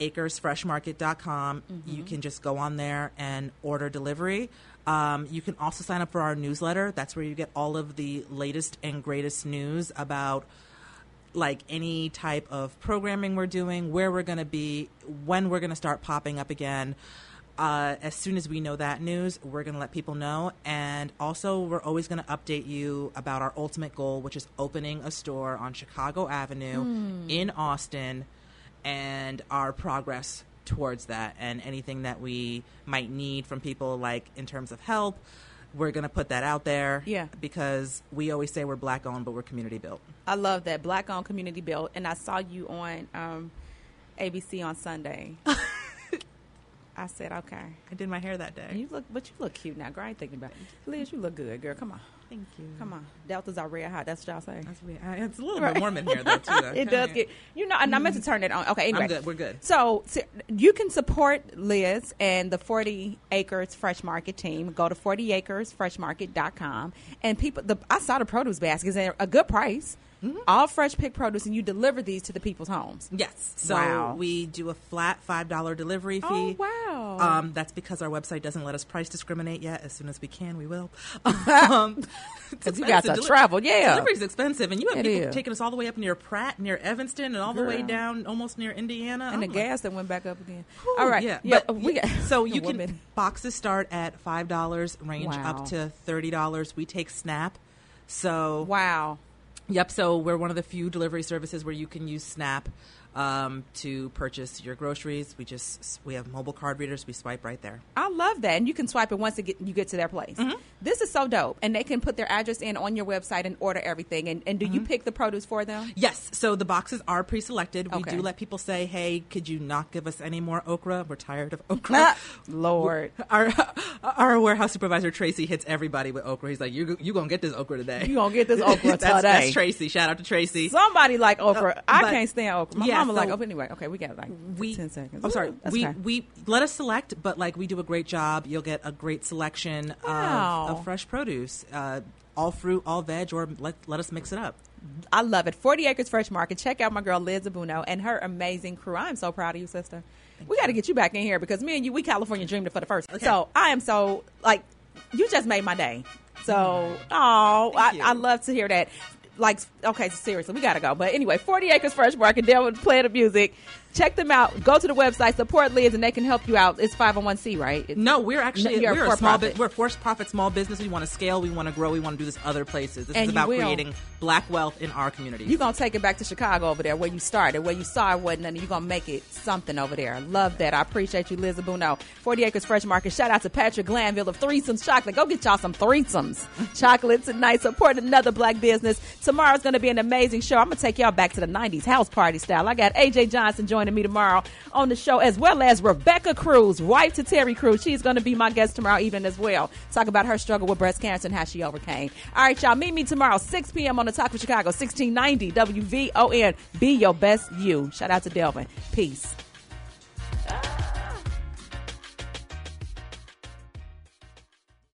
Speaker 2: Acresfreshmarket.com.
Speaker 1: Mm-hmm.
Speaker 2: You can just go on there and order delivery. Um, you can also sign up for our newsletter. That's where you get all of the latest and greatest news about like any type of programming we're doing, where we're going to be, when we're going to start popping up again. Uh, as soon as we know that news, we're going to let people know. And also, we're always going to update you about our ultimate goal, which is opening a store on Chicago Avenue
Speaker 1: Hmm.
Speaker 2: in Austin and our progress towards that and anything that we might need from people, like in terms of help. We're going to put that out there
Speaker 1: Yeah.
Speaker 2: because we always say we're black owned, but we're community built.
Speaker 1: I love that black owned community built, and I saw you on um ABC on Sunday. I said, okay.
Speaker 2: I did my hair that day.
Speaker 1: You look, but you look cute now, girl. I ain't thinking about it. Liz, you look good, girl. Come on.
Speaker 2: Thank you.
Speaker 1: Come on, deltas are red hot. That's what y'all say.
Speaker 2: That's weird. I- It's a little bit warm in here, though, too. though.
Speaker 1: It does get you know, and I meant to turn it on. Okay, anyway,
Speaker 2: good. We're good.
Speaker 1: So, so you can support Liz and the Forty Acres Fresh Market team. Go to fortyacresfreshmarket.com and people. The I saw the produce baskets and a good price,
Speaker 2: Mm-hmm.
Speaker 1: all fresh pick produce, and you deliver these to the people's homes.
Speaker 2: Yes. So
Speaker 1: Wow.
Speaker 2: we do a flat $5 delivery fee.
Speaker 1: Oh wow!
Speaker 2: Um, that's because our website doesn't let us price discriminate yet. As soon as we can, we will. Um, it's
Speaker 1: you
Speaker 2: expensive.
Speaker 1: got to
Speaker 2: Deli-
Speaker 1: travel, yeah.
Speaker 2: Delivery's expensive, and you have
Speaker 1: It
Speaker 2: people
Speaker 1: is.
Speaker 2: taking us all the way up near Pratt, near Evanston, and all the way
Speaker 1: Girl.
Speaker 2: down almost near Indiana.
Speaker 1: and the
Speaker 2: I'm like,
Speaker 1: gas that went back up again.
Speaker 2: Whew,
Speaker 1: All right,
Speaker 2: Yeah.
Speaker 1: yeah.
Speaker 2: but
Speaker 1: we got,
Speaker 2: so you can
Speaker 1: Woman.
Speaker 2: boxes start at five dollars, range
Speaker 1: Wow.
Speaker 2: up to thirty dollars. We take Snap, so
Speaker 1: Wow.
Speaker 2: Yep. So we're one of the few delivery services where you can use Snap um, to purchase your groceries. We just we have mobile card readers. We swipe right there.
Speaker 1: I love that, and you can swipe it once it get, you get to their place. This is so dope, and they can put their address in on your website and order everything. And, and do you pick the produce for them?
Speaker 2: Yes. So the boxes are pre-selected. We
Speaker 1: Okay.
Speaker 2: do let people say, "Hey, could you not give us any more okra? We're tired of okra."
Speaker 1: Lord,
Speaker 2: Our, our warehouse supervisor Tracy hits everybody with okra. He's like, "You you gonna get this okra today?
Speaker 1: You gonna get this okra
Speaker 2: that's, That's
Speaker 1: today.
Speaker 2: Tracy. Shout out to Tracy.
Speaker 1: somebody like okra.
Speaker 2: Uh,
Speaker 1: I
Speaker 2: but-
Speaker 1: can't stand okra. My
Speaker 2: yeah,
Speaker 1: mama
Speaker 2: so
Speaker 1: like okra anyway. Okay, we got like
Speaker 2: we
Speaker 1: ten seconds.
Speaker 2: I'm sorry.
Speaker 1: Ooh, that's
Speaker 2: we
Speaker 1: okay.
Speaker 2: we let us select, but like we do a great job. You'll get a great selection
Speaker 1: Wow.
Speaker 2: of- of, fresh produce, uh, all fruit, all veg, or let let us mix it up.
Speaker 1: I love it. Forty Acres Fresh Market. Check out my girl Liz Abuno and her amazing crew. I'm so proud of you, sister. we got to get you back in here because me and you, we California dreamed it for the first. So I am so like you just made my day. So, oh, I,
Speaker 2: you.
Speaker 1: I love to hear that. Like, okay, seriously, we gotta go. But anyway, 40 Acres Fresh Market, they would play the music. Check them out. Go to the website, support Liz, and they can help you out. It's 501c, right? It's-
Speaker 2: No, we're actually
Speaker 1: you're a
Speaker 2: we're a, small
Speaker 1: for-profit.
Speaker 2: bit. We're a for profit small business. We want to scale. We want to grow. We want to do this other places. This
Speaker 1: And
Speaker 2: is
Speaker 1: you
Speaker 2: about
Speaker 1: will.
Speaker 2: creating black wealth in our community.
Speaker 1: You're going to take it back to Chicago over there where you started, where you saw it wasn't nothing. You're going to make it something over there. I love that. I appreciate you, Liz Abuno. 40 Acres Fresh Market. Shout out to Patrick Glanville of Threesomes Chocolate. Go get y'all some Threesomes Chocolate tonight. Support another black business. Tomorrow's going to be an amazing show. I'm going to take y'all back to the 90s house party style. I got AJ Johnson joining me tomorrow on the show, as well as Rebecca Cruz, wife to Terry Cruz. She's going to be my guest tomorrow evening as well. Talk about her struggle with breast cancer and how she overcame. All right, y'all. Meet me tomorrow, 6 p.m. on the Talk of Chicago, 1690 WVON. Be your best you. Shout out to Delvin. Peace.